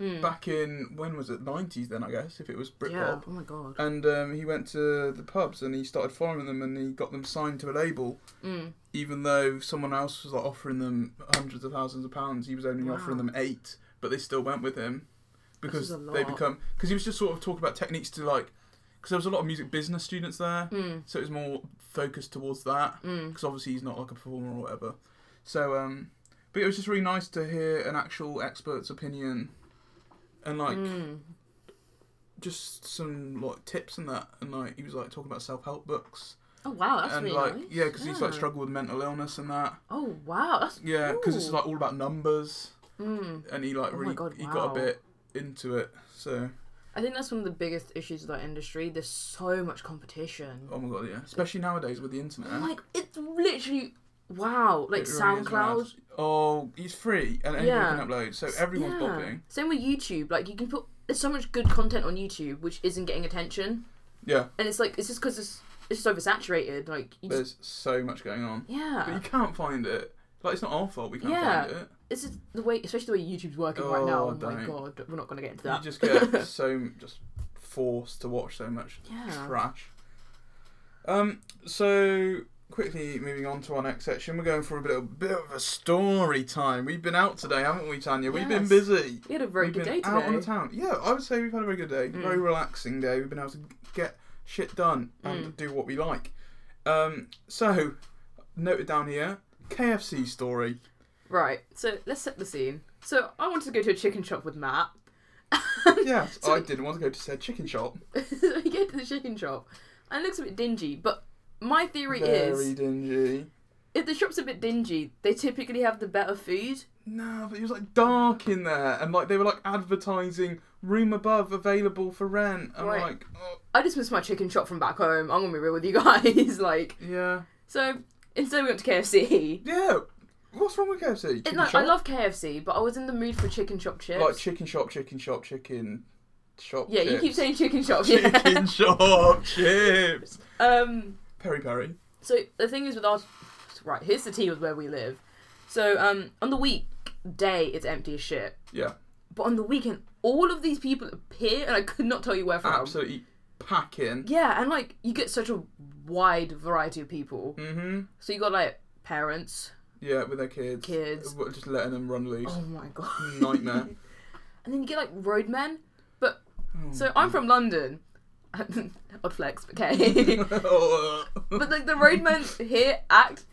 Speaker 2: Mm.
Speaker 1: back in when was it? Nineties then, I guess, if it was Britpop.
Speaker 2: yeah. Oh my god.
Speaker 1: And um, he went to the pubs and he started following them and he got them signed to a label.
Speaker 2: Mm.
Speaker 1: Even though someone else was like offering them hundreds of thousands of pounds, he was only
Speaker 2: Wow.
Speaker 1: offering them eight, but they still went with him because
Speaker 2: is a
Speaker 1: they
Speaker 2: lot.
Speaker 1: become because he was just sort of talking about techniques to like because there was a lot of music business students there,
Speaker 2: Mm.
Speaker 1: so it was more focused towards that
Speaker 2: Mm.
Speaker 1: because obviously he's not like a performer or whatever. So, um, but it was just really nice to hear an actual expert's opinion and like
Speaker 2: mm.
Speaker 1: just some like tips and that. And like he was like talking about self help books
Speaker 2: Oh wow, that's
Speaker 1: and
Speaker 2: really
Speaker 1: like
Speaker 2: nice.
Speaker 1: yeah, because he's like struggled with mental illness and that.
Speaker 2: Oh wow, that's
Speaker 1: Yeah, because it's
Speaker 2: Ooh.
Speaker 1: like all about numbers,
Speaker 2: Mm.
Speaker 1: and he like
Speaker 2: Oh my
Speaker 1: really
Speaker 2: God,
Speaker 1: he got a
Speaker 2: wow.
Speaker 1: bit into it. So
Speaker 2: I think that's one of the biggest issues of that industry. There's so much competition.
Speaker 1: oh my god, yeah, especially nowadays with the internet.
Speaker 2: Like it's literally wow. Oh
Speaker 1: It really
Speaker 2: Like
Speaker 1: is
Speaker 2: SoundCloud,
Speaker 1: mad. Oh, it's free and anyone
Speaker 2: Yeah.
Speaker 1: can upload, so everyone's copying.
Speaker 2: Same with YouTube. Like you can put there's so much good content on YouTube which isn't getting attention,
Speaker 1: Yeah,
Speaker 2: and it's like it's just because it's it's just oversaturated. Like you
Speaker 1: there's
Speaker 2: just,
Speaker 1: so much going on, but
Speaker 2: yeah,
Speaker 1: you can't find it. Like it's not our fault we can't
Speaker 2: Yeah.
Speaker 1: find it.
Speaker 2: it's just the way, especially the way YouTube's working right now.
Speaker 1: Oh,
Speaker 2: Oh my
Speaker 1: don't.
Speaker 2: god, we're not gonna get into that.
Speaker 1: You just get so just forced to watch so much
Speaker 2: [laughs] Yeah.
Speaker 1: trash. Um. So quickly moving on to our next section, we're going for a bit of, bit of a story time. We've been out today, haven't we, Tanya? We've been
Speaker 2: Yes.
Speaker 1: busy.
Speaker 2: we had a very
Speaker 1: we've
Speaker 2: good
Speaker 1: been
Speaker 2: day today.
Speaker 1: out on the town. Yeah, I would say we've had a very good day.
Speaker 2: Mm.
Speaker 1: Very relaxing day. We've been able to get shit done and
Speaker 2: Mm.
Speaker 1: do what we like. Um. So noted down here. KFC
Speaker 2: [laughs]
Speaker 1: story.
Speaker 2: Right. So let's set the scene. So I wanted to go to a chicken shop with Matt. [laughs]
Speaker 1: Yes,
Speaker 2: So-
Speaker 1: I didn't want to go to said chicken shop.
Speaker 2: so we go to the chicken shop, and it looks a bit dingy. But my theory
Speaker 1: Very
Speaker 2: is,
Speaker 1: dingy.
Speaker 2: if the shop's a bit dingy, they typically have the better food.
Speaker 1: No, but it was like dark in there, and like they were like advertising room above available for rent. I'm
Speaker 2: Right.
Speaker 1: like, oh,
Speaker 2: I just miss my chicken shop from back home. I'm gonna be real with you [laughs] guys. like,
Speaker 1: yeah,
Speaker 2: so instead we went to [laughs] KFC.
Speaker 1: yeah. What's wrong with KFC?
Speaker 2: And,
Speaker 1: Chicken
Speaker 2: like,
Speaker 1: shop,
Speaker 2: I love KFC, but I was in the mood for chicken shop chips.
Speaker 1: like chicken shop, chicken shop, chicken shop.
Speaker 2: yeah, you
Speaker 1: chips.
Speaker 2: keep saying chicken
Speaker 1: [laughs]
Speaker 2: shop.
Speaker 1: chicken
Speaker 2: [laughs] Yeah.
Speaker 1: shop chips.
Speaker 2: um.
Speaker 1: Peri peri.
Speaker 2: So the thing is with our right, here's the tea with where we live. So um, on the weekday it's empty as shit,
Speaker 1: Yeah,
Speaker 2: but on the weekend all of these people appear, and I could not tell you where from.
Speaker 1: absolutely packing.
Speaker 2: Um, Yeah, and like you get such a wide variety of people.
Speaker 1: Mm-hmm.
Speaker 2: So you got like parents.
Speaker 1: Yeah, with their kids.
Speaker 2: Kids.
Speaker 1: W- Just letting them run loose.
Speaker 2: Oh my god.
Speaker 1: Nightmare.
Speaker 2: [laughs]
Speaker 1: [laughs]
Speaker 2: and then you get like roadmen. But
Speaker 1: Oh.
Speaker 2: so I'm from London. [laughs] Odd flex, but okay. [laughs] but like the roadmen here act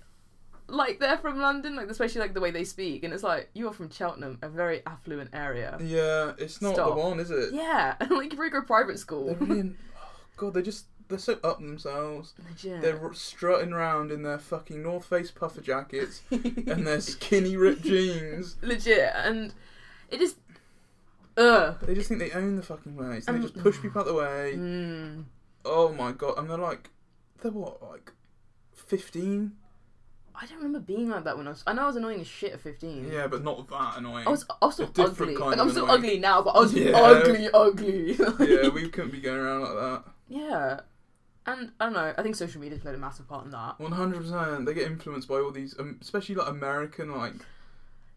Speaker 2: like they're from London, like especially like the way they speak, and it's like you are from Cheltenham, a very affluent area.
Speaker 1: yeah, it's not
Speaker 2: Stop.
Speaker 1: the one, is it?
Speaker 2: Yeah, [laughs] and like you probably go private school.
Speaker 1: They're really in- oh, [sighs] God, they just they're so up themselves.
Speaker 2: Legit.
Speaker 1: They're r- strutting round in their fucking North Face puffer
Speaker 2: [laughs]
Speaker 1: jackets and their skinny ripped jeans.
Speaker 2: legit, and it just ugh.
Speaker 1: They just think they own the fucking place. And they
Speaker 2: Um,
Speaker 1: just push people out the way.
Speaker 2: Mm.
Speaker 1: Oh my god! And they're like, they're what, like, fifteen?
Speaker 2: I don't remember being like that when I was. I know I was annoying as shit at fifteen.
Speaker 1: Yeah, but not that annoying.
Speaker 2: Mm. I was also
Speaker 1: A different
Speaker 2: ugly.
Speaker 1: kind
Speaker 2: Like,
Speaker 1: of
Speaker 2: I'm still
Speaker 1: annoying.
Speaker 2: ugly now, but I was
Speaker 1: Yeah.
Speaker 2: ugly, ugly.
Speaker 1: [laughs]
Speaker 2: [laughs]
Speaker 1: yeah, we couldn't be going around like that.
Speaker 2: yeah. And I don't know. I think social media's played a massive part in that.
Speaker 1: One hundred percent. They get influenced by all these, um, especially like American, like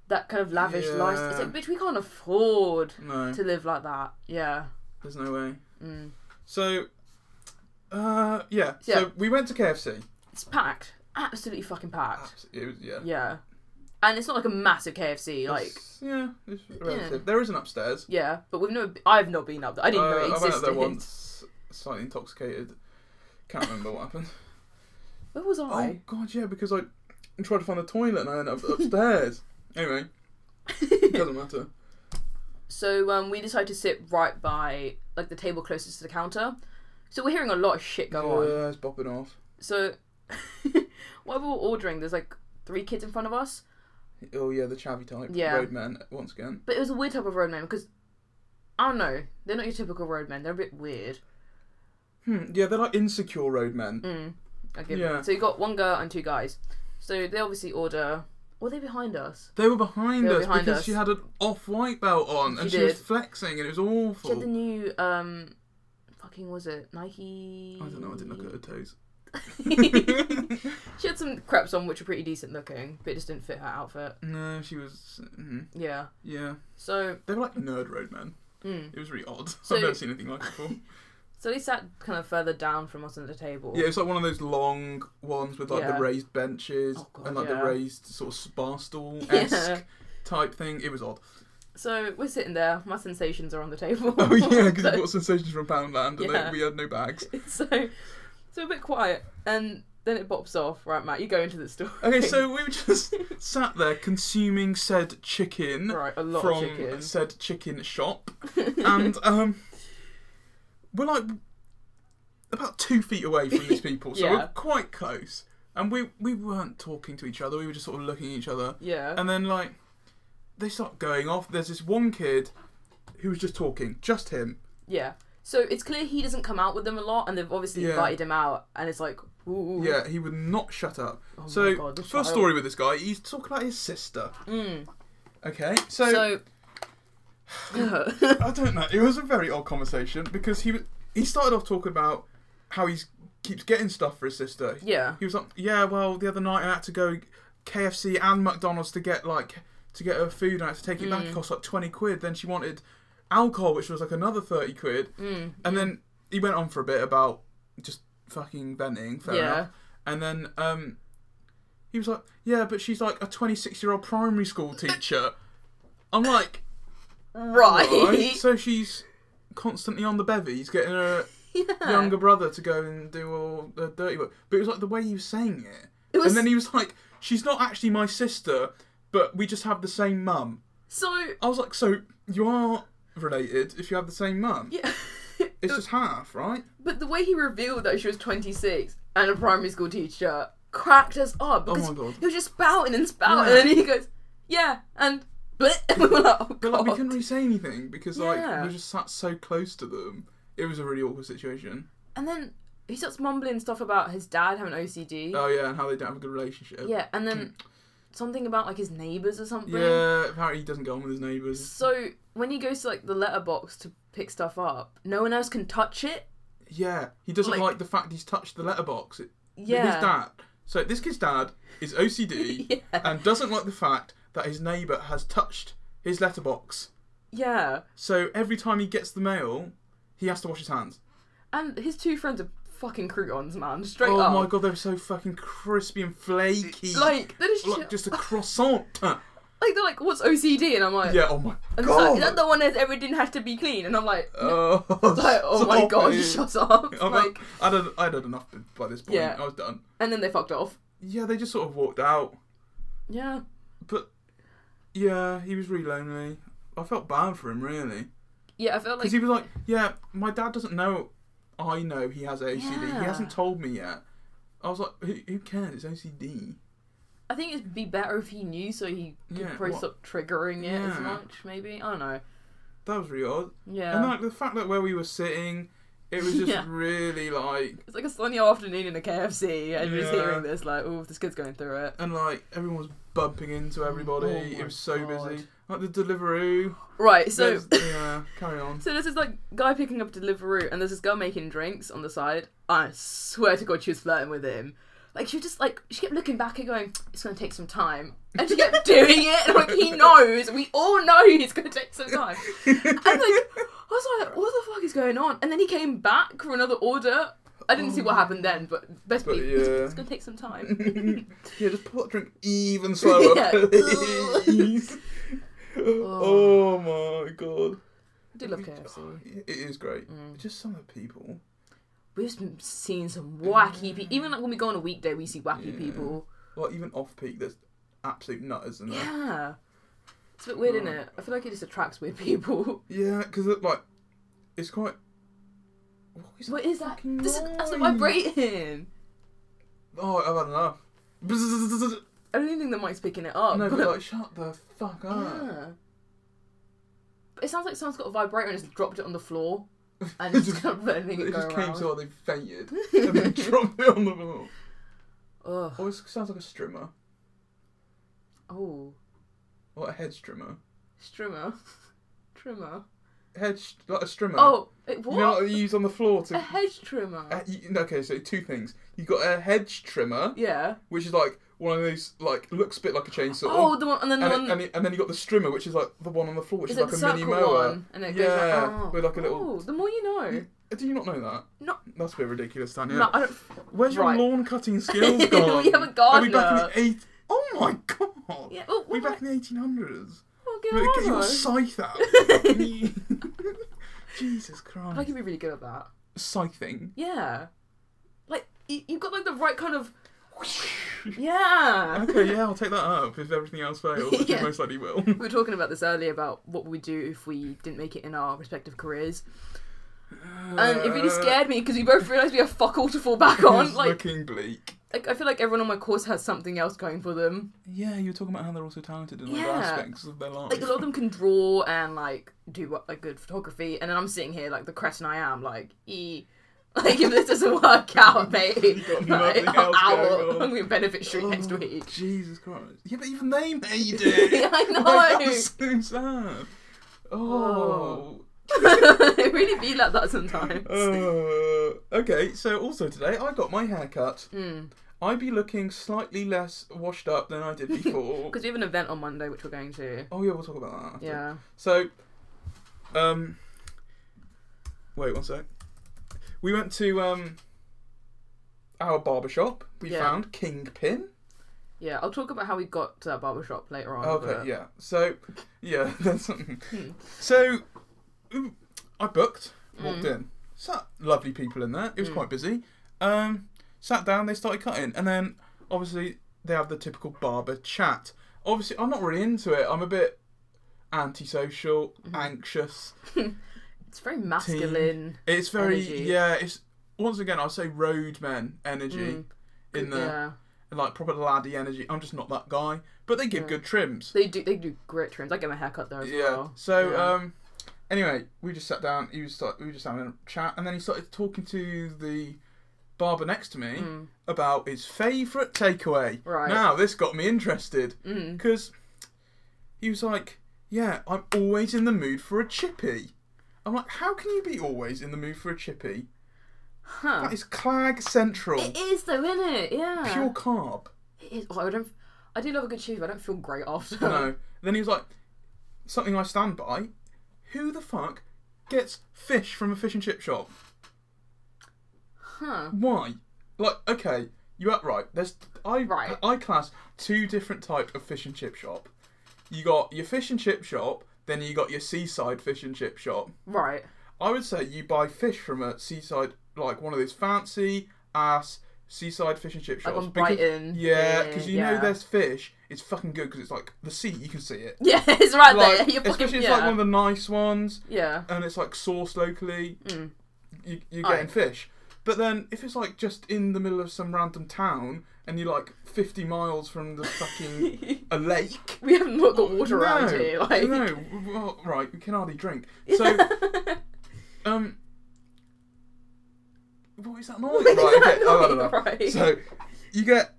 Speaker 2: That kind of lavish
Speaker 1: Yeah.
Speaker 2: lifestyle. It's like, bitch, we can't afford
Speaker 1: no,
Speaker 2: to live like that. Yeah.
Speaker 1: there's no way.
Speaker 2: Mm.
Speaker 1: So Uh, yeah.
Speaker 2: Yeah.
Speaker 1: So we went to KFC.
Speaker 2: It's packed, absolutely fucking packed.
Speaker 1: Abs- It was, yeah.
Speaker 2: Yeah, and it's not like a massive KFC. Like
Speaker 1: It's- yeah, it's relative. There is an upstairs.
Speaker 2: yeah, but we've never. I've not been up there. I didn't
Speaker 1: Uh,
Speaker 2: know it
Speaker 1: I went up
Speaker 2: existed.
Speaker 1: there once, slightly intoxicated. Can't remember what
Speaker 2: [laughs]
Speaker 1: happened.
Speaker 2: Where was
Speaker 1: Oh
Speaker 2: I? [laughs]
Speaker 1: god, yeah, because I tried to find the toilet and I ended up [laughs] upstairs. anyway, it doesn't matter.
Speaker 2: So um, we decided to sit right by like the table closest to the counter. So we're hearing a lot of shit go on.
Speaker 1: yeah, it's bopping off.
Speaker 2: So [laughs] while we were ordering, there's like three kids in front of us.
Speaker 1: Oh yeah, the chavvy type.
Speaker 2: Yeah.
Speaker 1: Roadman once again.
Speaker 2: But it was a weird type of roadman because I don't know. They're not your typical roadmen. They're a bit weird.
Speaker 1: Hmm. Yeah, they're like insecure roadmen.
Speaker 2: Mm. Okay.
Speaker 1: Yeah.
Speaker 2: So you got one girl and two guys. So they obviously order. Were they behind us?
Speaker 1: They were behind
Speaker 2: They were
Speaker 1: us
Speaker 2: behind
Speaker 1: because
Speaker 2: us.
Speaker 1: she had an off-white belt on and
Speaker 2: She
Speaker 1: she, was
Speaker 2: did.
Speaker 1: flexing and it was
Speaker 2: She
Speaker 1: awful.
Speaker 2: had the new um, fucking was it Nike?
Speaker 1: I don't know. I didn't look at her toes.
Speaker 2: [laughs] she had some crepes on which were pretty decent looking, but it just didn't fit her outfit.
Speaker 1: no, she was. Mm,
Speaker 2: Yeah.
Speaker 1: yeah,
Speaker 2: So
Speaker 1: they were like nerd roadmen.
Speaker 2: mm.
Speaker 1: It was really odd. [laughs]
Speaker 2: So-
Speaker 1: I've never seen anything like it
Speaker 2: [laughs]
Speaker 1: before.
Speaker 2: so they sat kind of further down from us on the table.
Speaker 1: Yeah, it's like one of those long ones with like
Speaker 2: Yeah.
Speaker 1: the raised benches
Speaker 2: Oh, God,
Speaker 1: and like
Speaker 2: yeah.
Speaker 1: the raised sort of bar stool esque
Speaker 2: Yeah.
Speaker 1: [laughs] type thing. It was
Speaker 2: [laughs]
Speaker 1: odd.
Speaker 2: So we're sitting there. My sensations are on the table.
Speaker 1: Oh [laughs] yeah, because
Speaker 2: so,
Speaker 1: we got sensations from Poundland and
Speaker 2: Yeah.
Speaker 1: they, we had no bags.
Speaker 2: [laughs] so so a bit quiet, and then it bops off. Right, Matt, you go into the story.
Speaker 1: Okay, so we were just sat there consuming said chicken
Speaker 2: [laughs] right, a lot
Speaker 1: from
Speaker 2: of chicken.
Speaker 1: said chicken
Speaker 2: [laughs]
Speaker 1: shop, and um, we're like about two feet away from
Speaker 2: [laughs]
Speaker 1: these people, so
Speaker 2: Yeah.
Speaker 1: we're quite close. And we we weren't talking to each other; we were just sort of looking at each other.
Speaker 2: Yeah.
Speaker 1: And then like they start going off. There's this one kid who was just talking, just him.
Speaker 2: yeah. So it's clear he doesn't come out with them a lot, and they've obviously
Speaker 1: Yeah.
Speaker 2: invited him out, and it's like, ooh.
Speaker 1: Yeah, he would not shut up.
Speaker 2: Oh my
Speaker 1: so
Speaker 2: God,
Speaker 1: the
Speaker 2: this
Speaker 1: first
Speaker 2: child.
Speaker 1: story with this guy, he's talking about his sister.
Speaker 2: Mm.
Speaker 1: Okay, so, [sighs]
Speaker 2: So.
Speaker 1: [laughs]
Speaker 2: [laughs]
Speaker 1: I don't know. It was a very odd conversation because he was, he started off talking about how he's keeps getting stuff for his sister.
Speaker 2: yeah.
Speaker 1: He was like, yeah, well, the other night I had to go KFC and McDonald's to get like to get her food, and I had to take it
Speaker 2: Mm.
Speaker 1: back. It cost like twenty quid. Then she wanted alcohol, which was like another thirty quid.
Speaker 2: Mm.
Speaker 1: And then he went on for a bit about just fucking venting, fair
Speaker 2: Yeah.
Speaker 1: enough. And then um, he was like, "Yeah, but she's like a 26 year old primary school teacher." I'm like,
Speaker 2: Right.
Speaker 1: "Right, [laughs] so she's constantly on the bevies, getting her
Speaker 2: [laughs] Yeah.
Speaker 1: younger brother to go and do all the dirty work." But it was like the way he was saying it,
Speaker 2: It was
Speaker 1: and then he was like, "She's not actually my sister, but we just have the same mum."
Speaker 2: [laughs] so.
Speaker 1: I was like, "So you are related if you have the same mum?
Speaker 2: Yeah. [laughs]
Speaker 1: It's just half, right?"
Speaker 2: But the way he revealed that she was 26 and a primary school teacher cracked us up
Speaker 1: Oh
Speaker 2: because
Speaker 1: my God.
Speaker 2: he was just spouting and spouting,
Speaker 1: Yeah.
Speaker 2: and then he goes, "Yeah," and [laughs] bleh, and we were like, "Oh
Speaker 1: But like, we
Speaker 2: God."
Speaker 1: couldn't really say anything because
Speaker 2: Yeah.
Speaker 1: like we just sat so close to them. It was a really awkward situation.
Speaker 2: And then he starts mumbling stuff about his dad having OCD.
Speaker 1: Oh yeah, and how they don't have a good relationship.
Speaker 2: yeah, and then something about like his neighbors or something.
Speaker 1: hmm. Yeah, apparently he doesn't get on with his neighbours.
Speaker 2: So when he goes to like the letterbox to pick stuff up, no one else can touch it.
Speaker 1: Yeah, he doesn't
Speaker 2: Like-
Speaker 1: like, the fact he's touched the letterbox. It,
Speaker 2: Yeah.
Speaker 1: His dad. So this kid's dad is OCD
Speaker 2: [laughs] Yeah.
Speaker 1: and doesn't like the fact that his neighbour has touched his letterbox.
Speaker 2: Yeah.
Speaker 1: So every time he gets the mail, he has to wash his hands.
Speaker 2: And his two friends are fucking croutons, man. Straight
Speaker 1: oh
Speaker 2: up.
Speaker 1: my god, they're so fucking crispy and flaky.
Speaker 2: Like they're just,
Speaker 1: Like
Speaker 2: [laughs]
Speaker 1: just a croissant. [laughs]
Speaker 2: like they're like, what's OCD? And I'm like,
Speaker 1: yeah. Oh my
Speaker 2: And it's like,
Speaker 1: god.
Speaker 2: is that the one that everything has to be clean? And I'm like,
Speaker 1: [laughs]
Speaker 2: [laughs]
Speaker 1: Oh,
Speaker 2: like oh my
Speaker 1: stop
Speaker 2: god,
Speaker 1: it.
Speaker 2: shut up.
Speaker 1: [laughs] I'm
Speaker 2: like,
Speaker 1: like, I'd had, I'd had enough by this point.
Speaker 2: Yeah.
Speaker 1: I was done.
Speaker 2: and then they fucked off.
Speaker 1: Yeah, they just sort of walked out.
Speaker 2: Yeah.
Speaker 1: But yeah, he was really lonely. I felt bad for him really
Speaker 2: Yeah, I felt like
Speaker 1: because he was like, yeah, my dad doesn't know. I know he has OCD.
Speaker 2: Yeah.
Speaker 1: He hasn't told me yet. I was like, who, who cares? It's OCD.
Speaker 2: I think it'd be better if he knew, so he could
Speaker 1: Yeah,
Speaker 2: probably
Speaker 1: what-
Speaker 2: stop triggering it as
Speaker 1: Yeah.
Speaker 2: much. Maybe I don't know.
Speaker 1: That was really odd.
Speaker 2: Yeah,
Speaker 1: And like the fact that where we were sitting, it was just
Speaker 2: [laughs] Yeah.
Speaker 1: really like,
Speaker 2: it's like a sunny afternoon in a KFC, and you're just
Speaker 1: Yeah.
Speaker 2: hearing this like, oh, this kid's going through it.
Speaker 1: and like everyone was bumping into everybody.
Speaker 2: Oh my
Speaker 1: it was so
Speaker 2: God.
Speaker 1: busy. Like the Deliveroo.
Speaker 2: Right, so.
Speaker 1: There's- yeah, carry on.
Speaker 2: [laughs] So there's this like guy picking up Deliveroo, and there's this girl making drinks on the side. I swear to God, she was flirting with him. Like she was just like she kept looking back and going, "It's gonna take some time," and she kept doing it. [laughs] And I'm like he knows, we all know it's gonna take some time. And like I was like, "What the fuck is going on?" And then he came back for another order, I didn't see what happened then, but best
Speaker 1: But,
Speaker 2: believe [laughs] it's-
Speaker 1: yeah.
Speaker 2: it's gonna take some time.
Speaker 1: [laughs] yeah, just pull that drink
Speaker 2: [laughs]
Speaker 1: even slower,
Speaker 2: Yeah. [laughs]
Speaker 1: please. oh. my god.
Speaker 2: I do love KFC.
Speaker 1: It is great. But Just some of the people.
Speaker 2: Mm. We've been seeing some wacky people. Even like when we go on a weekday, we see wacky
Speaker 1: Yeah.
Speaker 2: people.
Speaker 1: Like, even off peak, there's absolute nutters in there.
Speaker 2: Yeah. It's a bit weird, isn't it? I feel like it just attracts weird people. [laughs]
Speaker 1: Yeah, because, like, it's quite. What is
Speaker 2: What is that?
Speaker 1: fucking
Speaker 2: This is, that's
Speaker 1: noise?
Speaker 2: vibrating.
Speaker 1: Oh, I've had enough. Bzzz.
Speaker 2: I don't even think the mic's picking it up.
Speaker 1: No, but
Speaker 2: [laughs]
Speaker 1: like, ah. shut the fuck up.
Speaker 2: Yeah. But it sounds like someone's got a vibrator and just dropped it on the floor
Speaker 1: [laughs]
Speaker 2: and it's just [laughs] kind of letting
Speaker 1: It
Speaker 2: it go
Speaker 1: just came
Speaker 2: around.
Speaker 1: so hard they fainted
Speaker 2: [laughs]
Speaker 1: and then dropped it on the floor.
Speaker 2: Ugh.
Speaker 1: Or it sounds like a strimmer.
Speaker 2: Oh,
Speaker 1: Or a head strimmer.
Speaker 2: strimmer, [laughs] trimmer.
Speaker 1: Head, sh- like a strimmer.
Speaker 2: Oh, it
Speaker 1: You know what
Speaker 2: what?
Speaker 1: they use on the floor
Speaker 2: A
Speaker 1: to.
Speaker 2: hedge trimmer.
Speaker 1: Uh, you- no, okay, so two things. You've got a hedge trimmer,
Speaker 2: yeah.
Speaker 1: which is like one of those, like, looks a bit like a chainsaw.
Speaker 2: Oh, the one and then
Speaker 1: and,
Speaker 2: the
Speaker 1: it-
Speaker 2: one.
Speaker 1: and, it- and then you got the strimmer, which is like the one on the floor, which
Speaker 2: is
Speaker 1: is,
Speaker 2: it
Speaker 1: like
Speaker 2: the
Speaker 1: a mini
Speaker 2: circle
Speaker 1: mower.
Speaker 2: one? And it
Speaker 1: Yeah,
Speaker 2: goes like, oh.
Speaker 1: with like a little-
Speaker 2: Oh, the more you know.
Speaker 1: You- Do you not know that?
Speaker 2: No.
Speaker 1: That's a bit ridiculous, Tanya.
Speaker 2: No, I don't,
Speaker 1: Where's your
Speaker 2: Right.
Speaker 1: lawn
Speaker 2: [laughs]
Speaker 1: cutting skills gone?
Speaker 2: We have a
Speaker 1: Are we back in
Speaker 2: gardener.
Speaker 1: the eight? Oh my god!
Speaker 2: yeah. Oh,
Speaker 1: we
Speaker 2: what,
Speaker 1: back in the eighteen hundreds.
Speaker 2: what, what,
Speaker 1: Get your scythe
Speaker 2: [laughs]
Speaker 1: out. [laughs] Jesus Christ!
Speaker 2: I could be really good at that.
Speaker 1: Scything.
Speaker 2: [laughs] Yeah. Like you, you've got like the right kind of. Yeah.
Speaker 1: okay, yeah, I'll take that up if everything else fails, which it
Speaker 2: Yeah.
Speaker 1: most likely will.
Speaker 2: [laughs] We were talking about this earlier about what we'd do if we didn't make it in our respective careers, and it
Speaker 1: Uh,
Speaker 2: really scared me because we both realised we have fuck all to fall back on.
Speaker 1: It's
Speaker 2: Like,
Speaker 1: looking bleak.
Speaker 2: like, I feel like everyone on my course has something else going for them.
Speaker 1: Yeah, you were talking about how they're also talented in
Speaker 2: Yeah.
Speaker 1: other aspects of their life.
Speaker 2: Like a lot of them can draw and like do what like good photography, and then I'm sitting here like the cretin I am, like e. [laughs] Like if this doesn't
Speaker 1: [laughs]
Speaker 2: work out, mate,
Speaker 1: got
Speaker 2: like,
Speaker 1: nothing else
Speaker 2: I'm out.
Speaker 1: going on.
Speaker 2: I'm gonna [laughs] benefit street next
Speaker 1: Oh, [laughs]
Speaker 2: week. [laughs]
Speaker 1: Jesus Christ. Yeah, but even they made it.
Speaker 2: Yeah, I
Speaker 1: Like,
Speaker 2: know.
Speaker 1: that's so sad. Oh.
Speaker 2: [laughs] it really be like that sometimes.
Speaker 1: Uh, okay, so also today I got my hair cut.
Speaker 2: Mm.
Speaker 1: I be looking slightly less washed up than
Speaker 2: [laughs]
Speaker 1: I did before.
Speaker 2: Because we have an event on Monday which we're going to.
Speaker 1: oh yeah, we'll talk about that. After.
Speaker 2: Yeah.
Speaker 1: So, um, wait one sec. We went to um our barbershop. We
Speaker 2: Yeah.
Speaker 1: found Kingpin.
Speaker 2: Yeah, I'll talk about how we got to that barbershop later on.
Speaker 1: Okay,
Speaker 2: but- hmm,
Speaker 1: yeah. So, yeah, [laughs] that's something. So, ooh, I booked, walked in. Sat lovely people in there. It was quite busy. Um, sat down. They started cutting, and then obviously they have the typical barber chat. Obviously, I'm not really into it. I'm a bit antisocial, anxious.
Speaker 2: It's very masculine.
Speaker 1: It's very
Speaker 2: energy.
Speaker 1: yeah. It's once again I'll say roadman
Speaker 2: Mm,
Speaker 1: energy in the
Speaker 2: Hmm. Yeah.
Speaker 1: like proper laddie energy. I'm just not that guy, but they give good trims.
Speaker 2: They do they do great trims. I get my haircut there as
Speaker 1: yeah.
Speaker 2: well.
Speaker 1: So
Speaker 2: Yeah.
Speaker 1: um, anyway, we just sat down. He was start, we were just having a chat, and then he started talking to the barber next to me about his favourite takeaway.
Speaker 2: Mm. Right. Mm.
Speaker 1: now, this got me interested because he was like, "Yeah, I'm always in the mood for a chippy." I'm like, "How can you be always in the mood for a chippy?"
Speaker 2: Huh.
Speaker 1: That is Clag Central.
Speaker 2: It is though, isn't it? Yeah.
Speaker 1: Pure carb.
Speaker 2: It is. Oh, I don't. I do love a good cheese, but I don't feel great after.
Speaker 1: No. Then he was like, something I stand by. Who the fuck gets fish from a fish and chip shop?
Speaker 2: Huh.
Speaker 1: Why? Like, okay, you are right. There's I
Speaker 2: Right.
Speaker 1: I class two different types of fish and chip shop. You got your fish and chip shop, then you got your seaside fish and chip shop.
Speaker 2: Right. [laughs]
Speaker 1: I would say you buy fish from a seaside, like one of those fancy ass seaside fish and chip shops.
Speaker 2: on
Speaker 1: because-
Speaker 2: Brighton.
Speaker 1: Yeah,
Speaker 2: Yeah,
Speaker 1: because you
Speaker 2: yeah.
Speaker 1: know there's fish. It's fucking good because it's like the sea, you can see it.
Speaker 2: [laughs] Yeah, it's right
Speaker 1: Like,
Speaker 2: there. You're fucking,
Speaker 1: especially it's
Speaker 2: yeah.
Speaker 1: like one of the nice ones,
Speaker 2: yeah.
Speaker 1: and it's like sourced locally. You, you're
Speaker 2: Mm. Aye.
Speaker 1: getting fish. But then if it's like just in the middle of some random town and you're like 50 miles from the
Speaker 2: [laughs]
Speaker 1: fucking a lake.
Speaker 2: We haven't got the water around
Speaker 1: Oh, No,
Speaker 2: here. Like. [laughs]
Speaker 1: no, well, right, we can hardly drink. So, um, what [laughs] is that
Speaker 2: [laughs]
Speaker 1: noise? right,
Speaker 2: is that
Speaker 1: okay, I don't know.
Speaker 2: noise? Right.
Speaker 1: So, you get,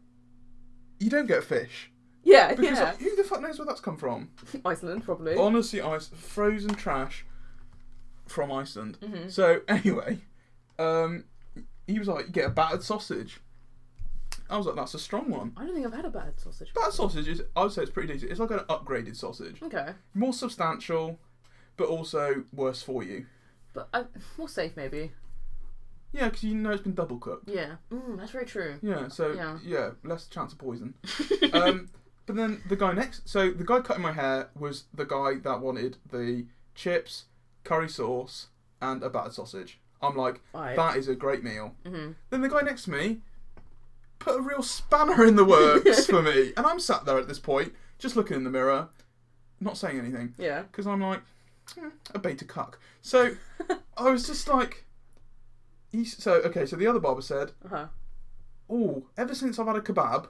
Speaker 1: you don't get fish
Speaker 2: [laughs] Yeah.
Speaker 1: because
Speaker 2: Yeah.
Speaker 1: like, who the fuck knows where that's come from?
Speaker 2: Iceland probably.
Speaker 1: Honestly, ice frozen trash from Iceland. So [laughs] anyway, um, he was like, you get a battered sausage. I was like, that's a strong one.
Speaker 2: I don't think I've had a bad sausage.
Speaker 1: Battered sausage is, I would say, it's pretty decent. It's like an upgraded sausage,
Speaker 2: Okay.
Speaker 1: more substantial, but also worse for you.
Speaker 2: uh, But I, more safe, maybe.
Speaker 1: Yeah, because you know it's been double cooked.
Speaker 2: Yeah. Mm, that's very true.
Speaker 1: Yeah, so yeah,
Speaker 2: Yeah.
Speaker 1: less chance of poison. um, but then the guy next, so the guy cutting my hair was the guy that wanted the chips, curry sauce, and a battered sausage. I'm like,
Speaker 2: Right.
Speaker 1: that is a great meal.
Speaker 2: hmm
Speaker 1: Then the guy next to me put a real spanner in the works for me, and I'm sat there at this point, just looking in the mirror, not saying anything
Speaker 2: Yeah.
Speaker 1: because I'm like "Hmm, a beta cuck. So I was just like, he, so okay. So the other barber said,
Speaker 2: Uh huh.
Speaker 1: "Oh, ever since I've had a kebab,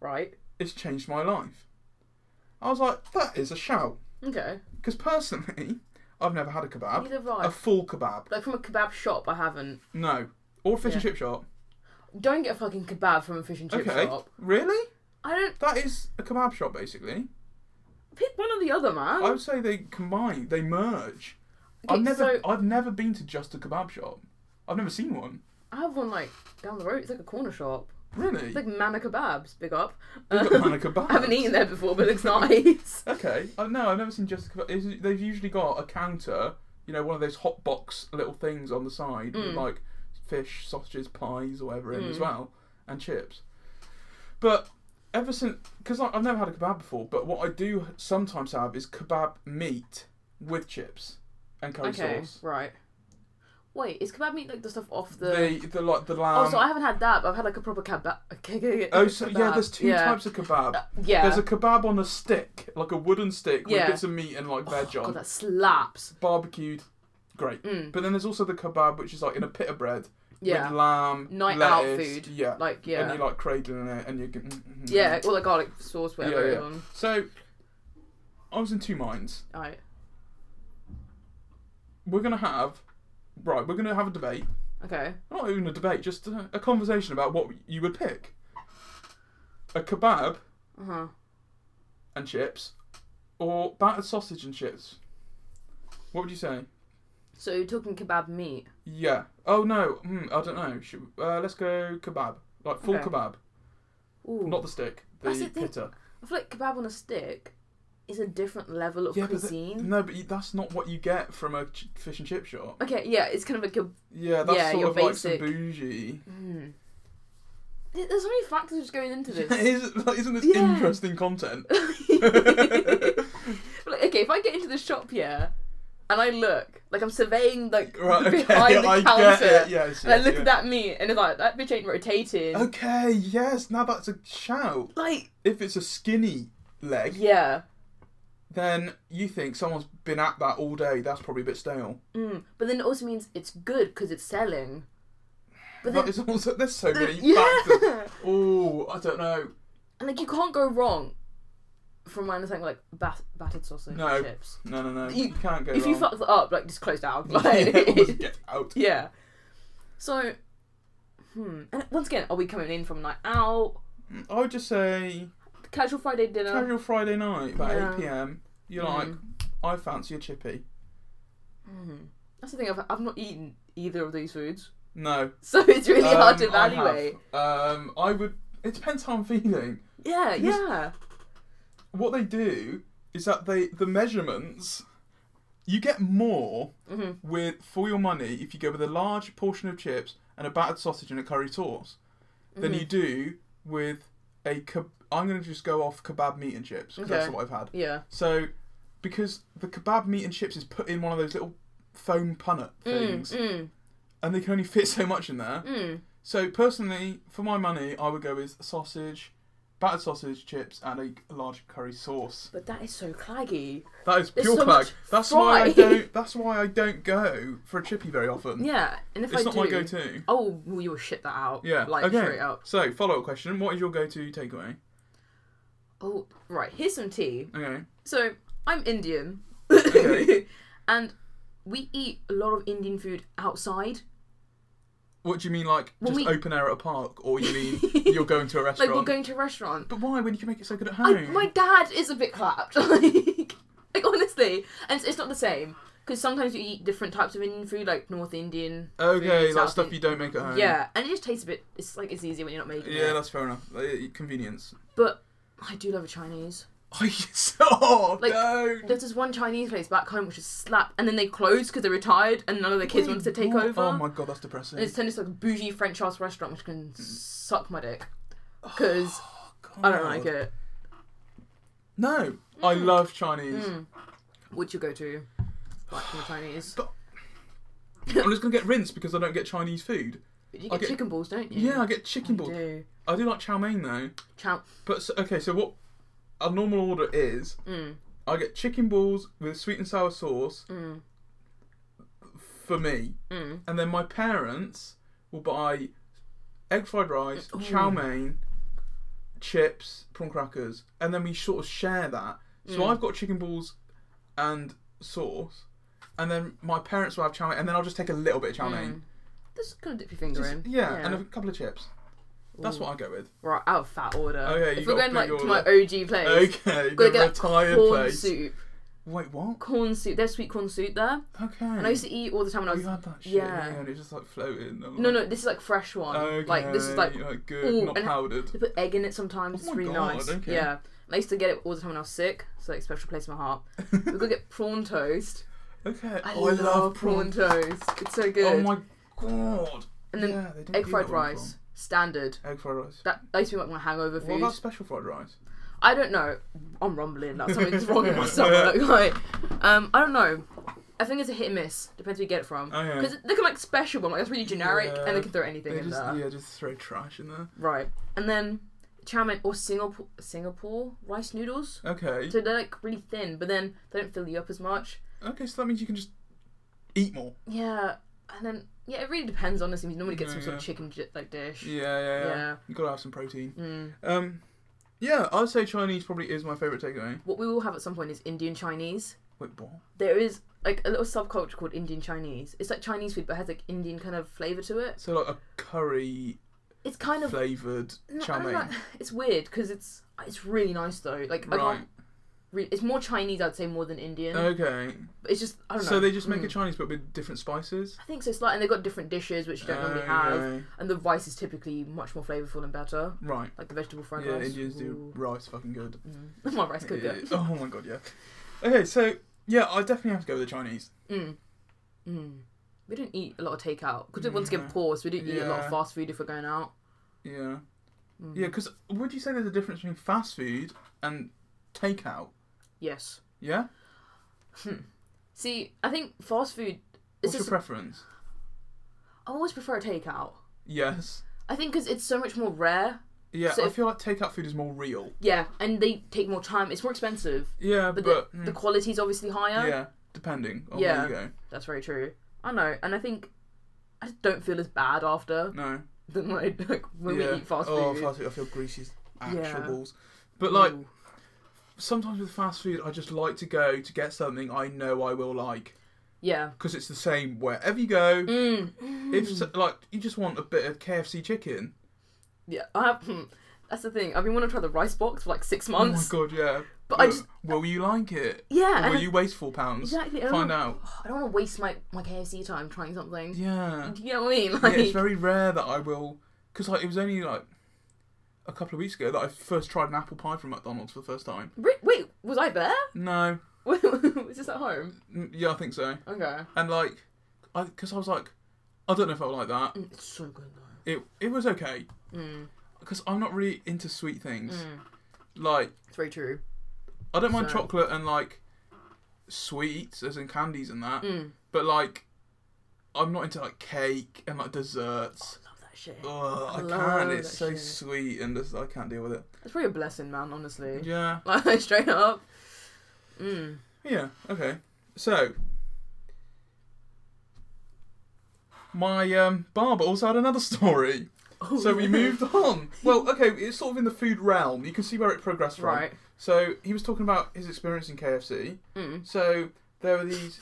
Speaker 2: Right.
Speaker 1: it's changed my life." I was like, "That is a shout,"
Speaker 2: Okay.
Speaker 1: because personally, [laughs] I've never had a kebab,
Speaker 2: Neither have I.
Speaker 1: a full kebab,
Speaker 2: Like from a kebab shop, I haven't.
Speaker 1: no, or a fish and
Speaker 2: Yeah.
Speaker 1: chip shop.
Speaker 2: Don't get a fucking kebab from a fish and chip
Speaker 1: okay,
Speaker 2: shop.
Speaker 1: really?
Speaker 2: I don't
Speaker 1: That is a kebab shop, basically.
Speaker 2: pick one or the other, man.
Speaker 1: I would say they combine, they merge.
Speaker 2: Okay,
Speaker 1: I've never,
Speaker 2: so-
Speaker 1: I've never been to just a kebab shop. I've never seen one.
Speaker 2: I have one like down the road. It's like a corner shop.
Speaker 1: Really?
Speaker 2: It's like Mana Kebabs. Big up. Um,
Speaker 1: We've got Mana Kebabs.
Speaker 2: [laughs] I haven't eaten there before, but it [laughs] looks nice.
Speaker 1: Okay. Uh, no, I've never seen just a kebab. Is- They've usually got a counter, you know, one of those hot box little things on the side, with,
Speaker 2: Mm.
Speaker 1: like fish, sausages, pies, or whatever in as
Speaker 2: Mm.
Speaker 1: well, and chips. But ever since, because I've never had a kebab before, but what I do sometimes have is kebab meat with chips and curry
Speaker 2: okay.
Speaker 1: sauce.
Speaker 2: Right. Wait, is kebab meat like the stuff off the?
Speaker 1: The, the like the lamb.
Speaker 2: oh, so I haven't had that. But I've had like a proper kebab. Okay,
Speaker 1: Um, Oh, so yeah,
Speaker 2: kebab.
Speaker 1: there's two
Speaker 2: Yeah.
Speaker 1: types of kebab.
Speaker 2: Uh, yeah.
Speaker 1: There's a kebab on a stick, like a wooden stick with
Speaker 2: Yeah.
Speaker 1: bits of meat and like veg on.
Speaker 2: Oh, God, that slaps.
Speaker 1: barbecued, great.
Speaker 2: Mm.
Speaker 1: But then there's also the kebab, which is like in a pita bread
Speaker 2: Yeah.
Speaker 1: with lamb,
Speaker 2: Night out
Speaker 1: lettuce,
Speaker 2: food.
Speaker 1: yeah,
Speaker 2: Like yeah.
Speaker 1: and you like cradling it, and you can,
Speaker 2: Yeah, all the garlic sauce, whatever.
Speaker 1: Yeah,
Speaker 2: Yeah,
Speaker 1: yeah. So I was in two minds.
Speaker 2: Alright.
Speaker 1: We're gonna have, right? We're gonna have a debate.
Speaker 2: Okay.
Speaker 1: Not even a debate, just a, a conversation about what you would pick: a kebab
Speaker 2: Uh huh.
Speaker 1: and chips, or battered sausage and chips. What would you say?
Speaker 2: So you're talking kebab meat.
Speaker 1: Yeah. Oh no. Hmm, I don't know. Should, uh, let's go kebab, like full
Speaker 2: Okay.
Speaker 1: kebab.
Speaker 2: Ooh.
Speaker 1: Not the stick, the
Speaker 2: That's the thing.
Speaker 1: pita.
Speaker 2: I feel like kebab on a stick is a different level of
Speaker 1: but the-
Speaker 2: cuisine.
Speaker 1: no, but you- that's not what you get from a ch- fish and chip shop.
Speaker 2: okay, yeah, it's kind of like a.
Speaker 1: Yeah, that's
Speaker 2: Yeah,
Speaker 1: sort
Speaker 2: your
Speaker 1: of like
Speaker 2: basic-
Speaker 1: some
Speaker 2: [laughs]
Speaker 1: bougie.
Speaker 2: Mm. There- There's so many factors just going
Speaker 1: [laughs]
Speaker 2: into this.
Speaker 1: isn't, like, isn't this
Speaker 2: Yeah.
Speaker 1: interesting content?
Speaker 2: [laughs] But, like, okay, if I get into the shop here and I look, like I'm surveying like
Speaker 1: [laughs] Right,
Speaker 2: [laughs] the
Speaker 1: okay,
Speaker 2: behind the
Speaker 1: I
Speaker 2: counter,
Speaker 1: get it. Yes,
Speaker 2: and I
Speaker 1: yes,
Speaker 2: look
Speaker 1: yeah. Oh,
Speaker 2: at that meat and it's like that bitch ain't rotating.
Speaker 1: Okay, yes, now that's a shout.
Speaker 2: Like
Speaker 1: If it's a skinny leg,
Speaker 2: yeah.
Speaker 1: then you think someone's been at that all day. That's probably a bit stale.
Speaker 2: Mm, but then it also means it's good because it's selling.
Speaker 1: But
Speaker 2: But then,
Speaker 1: it's also there's
Speaker 2: [laughs]
Speaker 1: so many factors.
Speaker 2: yeah,
Speaker 1: Oh, I don't know.
Speaker 2: [laughs] and like you can't go wrong from my understanding, like bat- battered sausage
Speaker 1: No.
Speaker 2: and chips.
Speaker 1: No, no, no. You,
Speaker 2: You-
Speaker 1: can't go
Speaker 2: if you
Speaker 1: wrong.
Speaker 2: fuck that up, like just close
Speaker 1: [laughs]
Speaker 2: down.
Speaker 1: Yeah, almost
Speaker 2: [laughs] Like,
Speaker 1: get out.
Speaker 2: yeah. So, hmm. And once again, are we coming in from a night out,
Speaker 1: I would just say
Speaker 2: casual Friday dinner?
Speaker 1: casual Friday night about
Speaker 2: Yeah.
Speaker 1: eight pm. You're
Speaker 2: Mm.
Speaker 1: like, I fancy a chippy.
Speaker 2: Hmm. That's the thing. I've I've not eaten either of these foods, [laughs]
Speaker 1: No,
Speaker 2: so it's really hard to
Speaker 1: Um, I have.
Speaker 2: evaluate.
Speaker 1: Um, I would. It depends how I'm feeling.
Speaker 2: Yeah, yeah.
Speaker 1: What they do is that they the measurements. You get more
Speaker 2: Mhm.
Speaker 1: with for your money if you go with a large portion of chips and a battered sausage and a curry sauce, than
Speaker 2: Mm-hmm.
Speaker 1: you do with a. Keb- I'm going to just go off kebab meat and chips because that's
Speaker 2: Okay.
Speaker 1: what I've had.
Speaker 2: Yeah.
Speaker 1: So, because the kebab meat and chips is put in one of those little foam punnet
Speaker 2: Mm,
Speaker 1: things,
Speaker 2: mm,
Speaker 1: and they can only fit so much in there.
Speaker 2: mm.
Speaker 1: So, personally, for my money, I would go with sausage, battered sausage, chips, and a large curry sauce.
Speaker 2: But that is so claggy.
Speaker 1: That is
Speaker 2: There's
Speaker 1: pure
Speaker 2: so
Speaker 1: plug.
Speaker 2: much
Speaker 1: That's why I
Speaker 2: fry.
Speaker 1: don't. That's why I don't go for a chippy very often.
Speaker 2: Yeah, and if
Speaker 1: it's
Speaker 2: I
Speaker 1: not
Speaker 2: do,
Speaker 1: my go-to.
Speaker 2: oh, well, you will shit that out.
Speaker 1: Yeah.
Speaker 2: like
Speaker 1: okay.
Speaker 2: straight up.
Speaker 1: So, follow-up question: What is your go-to takeaway?
Speaker 2: Oh, right. Here's some tea.
Speaker 1: Okay.
Speaker 2: So I'm Indian,
Speaker 1: Okay.
Speaker 2: [laughs] and we eat a lot of Indian food outside.
Speaker 1: What do you mean, like
Speaker 2: When
Speaker 1: just
Speaker 2: we-
Speaker 1: open air at a park, or you
Speaker 2: [laughs]
Speaker 1: mean you're going to a
Speaker 2: Like
Speaker 1: restaurant?
Speaker 2: we're going to a restaurant.
Speaker 1: But why? When you can make it so good at
Speaker 2: I,
Speaker 1: home?
Speaker 2: my dad is a bit clapped. [laughs] like, like honestly, and it's, it's not the same because sometimes you eat different types of Indian food, like North Indian.
Speaker 1: Okay,
Speaker 2: food,
Speaker 1: like
Speaker 2: South
Speaker 1: stuff you
Speaker 2: Indian-
Speaker 1: don't make at home.
Speaker 2: Yeah, and it just tastes a bit. It's like it's easier when you're not making
Speaker 1: Yeah,
Speaker 2: it.
Speaker 1: that's fair enough. Uh, Convenience.
Speaker 2: But I do love a Chinese.
Speaker 1: [laughs] I oh
Speaker 2: Like,
Speaker 1: no.
Speaker 2: There's this one Chinese place back home which is slap, and then they closed because they retired, and none of their kids wanted to take
Speaker 1: What?
Speaker 2: over.
Speaker 1: Oh my Mm. god, that's depressing.
Speaker 2: And it's turned into like a bougie French house restaurant, which can suck my dick.
Speaker 1: Oh,
Speaker 2: Because
Speaker 1: God.
Speaker 2: I don't like it. Mm.
Speaker 1: No, I love Chinese.
Speaker 2: Would Hmm. you go to? Like from the Chinese.
Speaker 1: I'm just gonna get rinsed because I don't get Chinese food.
Speaker 2: But you
Speaker 1: I
Speaker 2: get
Speaker 1: get-
Speaker 2: chicken balls, don't you?
Speaker 1: Yeah, I get chicken
Speaker 2: You
Speaker 1: balls.
Speaker 2: Mm. do.
Speaker 1: I do like chow mein though.
Speaker 2: Chow.
Speaker 1: But so, okay, so what a normal order is?
Speaker 2: Mm.
Speaker 1: I get chicken balls with sweet and sour sauce
Speaker 2: Mm.
Speaker 1: for me,
Speaker 2: Mm.
Speaker 1: and then my parents will buy egg fried rice, chow mein, chips, prawn crackers, and then we sort of share that. So
Speaker 2: Mm.
Speaker 1: I've got chicken balls and sauce, and then my parents will have chow mein, and then I'll just take a little bit of chow mein.
Speaker 2: Just kind of dip your finger
Speaker 1: Just-
Speaker 2: Mm. in.
Speaker 1: yeah, and a couple of chips. That's what I go with.
Speaker 2: Right, out of fat order.
Speaker 1: Okay,
Speaker 2: if
Speaker 1: you
Speaker 2: we're
Speaker 1: got a
Speaker 2: going like
Speaker 1: big
Speaker 2: to my
Speaker 1: order.
Speaker 2: OG place,
Speaker 1: Okay, the
Speaker 2: gotta get
Speaker 1: retired
Speaker 2: corn
Speaker 1: place.
Speaker 2: soup.
Speaker 1: Wait, what?
Speaker 2: Corn soup. There's sweet corn soup there,
Speaker 1: Okay.
Speaker 2: and I used to eat all the time when I
Speaker 1: You
Speaker 2: was.
Speaker 1: had that shit,
Speaker 2: yeah.
Speaker 1: yeah, and it's just like floating. I'm
Speaker 2: No,
Speaker 1: like,
Speaker 2: no, this is like fresh one.
Speaker 1: Okay,
Speaker 2: Like this is like
Speaker 1: good,
Speaker 2: ooh,
Speaker 1: not
Speaker 2: and-
Speaker 1: powdered.
Speaker 2: They put egg in it
Speaker 1: Oh
Speaker 2: sometimes. It's
Speaker 1: my
Speaker 2: really
Speaker 1: God,
Speaker 2: nice.
Speaker 1: okay.
Speaker 2: Yeah. And I used to get it all the time when I was sick. So like special place in my heart. we could get
Speaker 1: [laughs]
Speaker 2: prawn toast.
Speaker 1: Okay.
Speaker 2: I,
Speaker 1: oh, I love
Speaker 2: prawn
Speaker 1: prawn.
Speaker 2: toast. It's so good.
Speaker 1: Oh my god.
Speaker 2: and then
Speaker 1: yeah, they didn't
Speaker 2: egg
Speaker 1: do
Speaker 2: fried
Speaker 1: that where I'm
Speaker 2: rice, standard.
Speaker 1: from. Egg fried rice.
Speaker 2: That, that used to be like my hangover
Speaker 1: What
Speaker 2: food. Mm.
Speaker 1: about special fried rice?
Speaker 2: I don't know. I'm rumbling. Like something's
Speaker 1: [laughs]
Speaker 2: wrong with myself. Like, [laughs] um, I don't know. I think it's a hit and miss. Depends who you get it from.
Speaker 1: Oh, yeah.
Speaker 2: Because they can like special one. Like that's really generic,
Speaker 1: Yeah.
Speaker 2: and they can throw anything
Speaker 1: They
Speaker 2: in
Speaker 1: just
Speaker 2: there.
Speaker 1: yeah, just throw trash in there.
Speaker 2: Right. And then chow mein or Singapore Singapore rice noodles.
Speaker 1: Okay.
Speaker 2: So they're like really thin, but then they don't fill you up as much.
Speaker 1: Okay, so that means you can just eat more.
Speaker 2: Yeah, and then yeah, it really depends. Honestly, you normally get some
Speaker 1: Yeah,
Speaker 2: sort of
Speaker 1: yeah.
Speaker 2: chicken j- like dish.
Speaker 1: Yeah, yeah, yeah.
Speaker 2: Yeah.
Speaker 1: You gotta have some protein.
Speaker 2: Mm.
Speaker 1: Um, yeah, I'd say Chinese probably is my favorite takeaway.
Speaker 2: What we will have at some point is Indian Chinese.
Speaker 1: Wait, what?
Speaker 2: There is like a little subculture called Indian Chinese. It's like Chinese food, but it has like Indian kind of flavor to it.
Speaker 1: So like a curry
Speaker 2: It's kind of
Speaker 1: flavored
Speaker 2: no,
Speaker 1: chow
Speaker 2: I don't
Speaker 1: mein.
Speaker 2: know. It's weird because it's it's really nice though. Like I
Speaker 1: Right.
Speaker 2: can't. Re- it's more Chinese, I'd say, more than Indian.
Speaker 1: Okay.
Speaker 2: but it's just I don't know.
Speaker 1: So they just make
Speaker 2: Mm.
Speaker 1: it Chinese but with different spices.
Speaker 2: I think so. It's like, and they've got different dishes which you don't
Speaker 1: Oh,
Speaker 2: normally have,
Speaker 1: Okay.
Speaker 2: and the rice is typically much more flavorful and better.
Speaker 1: Right.
Speaker 2: Like the vegetable fried
Speaker 1: Yeah,
Speaker 2: rice.
Speaker 1: Indians do
Speaker 2: Ooh.
Speaker 1: rice fucking good.
Speaker 2: Mm. [laughs] My rice could
Speaker 1: Yeah.
Speaker 2: go.
Speaker 1: [laughs] Oh my god, yeah. Okay, so yeah, I definitely have to go with the Chinese.
Speaker 2: Mm. Mm. We don't eat a lot of takeout because
Speaker 1: Mm,
Speaker 2: once again
Speaker 1: no.
Speaker 2: poor, so we don't eat a lot of
Speaker 1: Yeah.
Speaker 2: fast food if we're going out.
Speaker 1: Yeah,
Speaker 2: Mm.
Speaker 1: yeah. Because would you say there's a difference between fast food and takeout?
Speaker 2: Yes.
Speaker 1: Yeah.
Speaker 2: See, I think fast food. It's
Speaker 1: What's your
Speaker 2: just,
Speaker 1: preference?
Speaker 2: I always prefer a takeout.
Speaker 1: Yes.
Speaker 2: I think because it's so much more rare.
Speaker 1: Yeah,
Speaker 2: So
Speaker 1: I
Speaker 2: if-
Speaker 1: feel like takeout food is more real.
Speaker 2: Yeah, and they take more time. It's more expensive,
Speaker 1: Yeah,
Speaker 2: but,
Speaker 1: but,
Speaker 2: the,
Speaker 1: mm,
Speaker 2: the quality's obviously higher.
Speaker 1: yeah, depending on
Speaker 2: Yeah.
Speaker 1: where you go.
Speaker 2: That's very true. I know, and I think I just don't feel as bad after [laughs]
Speaker 1: No.
Speaker 2: than like, like when
Speaker 1: yeah.
Speaker 2: we eat fast
Speaker 1: oh,
Speaker 2: food.
Speaker 1: fast food. I feel greasy as actual
Speaker 2: Yeah. Mm.
Speaker 1: balls. But like
Speaker 2: Ooh.
Speaker 1: sometimes with fast food, I just like to go to get something I know I will like
Speaker 2: yeah.
Speaker 1: because it's the same wherever you go.
Speaker 2: Mm.
Speaker 1: If so- like you just want a bit of KFC chicken,
Speaker 2: Yeah, I have. hmm, That's the thing. I've been wanting to try the rice box for like six months,
Speaker 1: oh my god, yeah.
Speaker 2: but I
Speaker 1: Will-
Speaker 2: just
Speaker 1: will you like it?
Speaker 2: yeah,
Speaker 1: Or
Speaker 2: and
Speaker 1: will
Speaker 2: I-
Speaker 1: you waste four pounds?
Speaker 2: exactly. I don't,
Speaker 1: Find
Speaker 2: wanna,
Speaker 1: out.
Speaker 2: I don't want to waste my my KFC time trying something.
Speaker 1: Yeah.
Speaker 2: Do you know what I mean? [laughs]
Speaker 1: yeah.
Speaker 2: Like,
Speaker 1: It's very rare that I will, because like it was only like a couple of weeks ago that I first tried an apple pie from McDonald's for the first time.
Speaker 2: Re- wait, was I there? [laughs]
Speaker 1: No,
Speaker 2: was this at home?
Speaker 1: Mm, yeah, I think so.
Speaker 2: Okay,
Speaker 1: And like, I because I was like, I don't know if I will like that.
Speaker 2: Mm, it's so good though.
Speaker 1: It it was okay
Speaker 2: Mm,
Speaker 1: because I'm not really into sweet things.
Speaker 2: mm.
Speaker 1: Like
Speaker 2: It's very true.
Speaker 1: I don't mind
Speaker 2: So-
Speaker 1: chocolate and like sweets, as in candies and that.
Speaker 2: Mm.
Speaker 1: But like, I'm not into like cake and like desserts.
Speaker 2: Love that shit.
Speaker 1: Oh, I
Speaker 2: Eh, Love
Speaker 1: can't. It's
Speaker 2: that
Speaker 1: so
Speaker 2: shit.
Speaker 1: sweet, and just, I can't deal with it.
Speaker 2: It's probably a blessing, man. Honestly,
Speaker 1: Yeah,
Speaker 2: [laughs] like straight up. Mm.
Speaker 1: yeah, okay. So, my um, barber also had another [laughs] story.
Speaker 2: Oh,
Speaker 1: So we
Speaker 2: yeah.
Speaker 1: moved
Speaker 2: [laughs]
Speaker 1: on. Well, okay, it's sort of in the food realm. You can see where it progressed from.
Speaker 2: Right.
Speaker 1: So he was talking about his experience in KFC.
Speaker 2: Mm.
Speaker 1: So there were these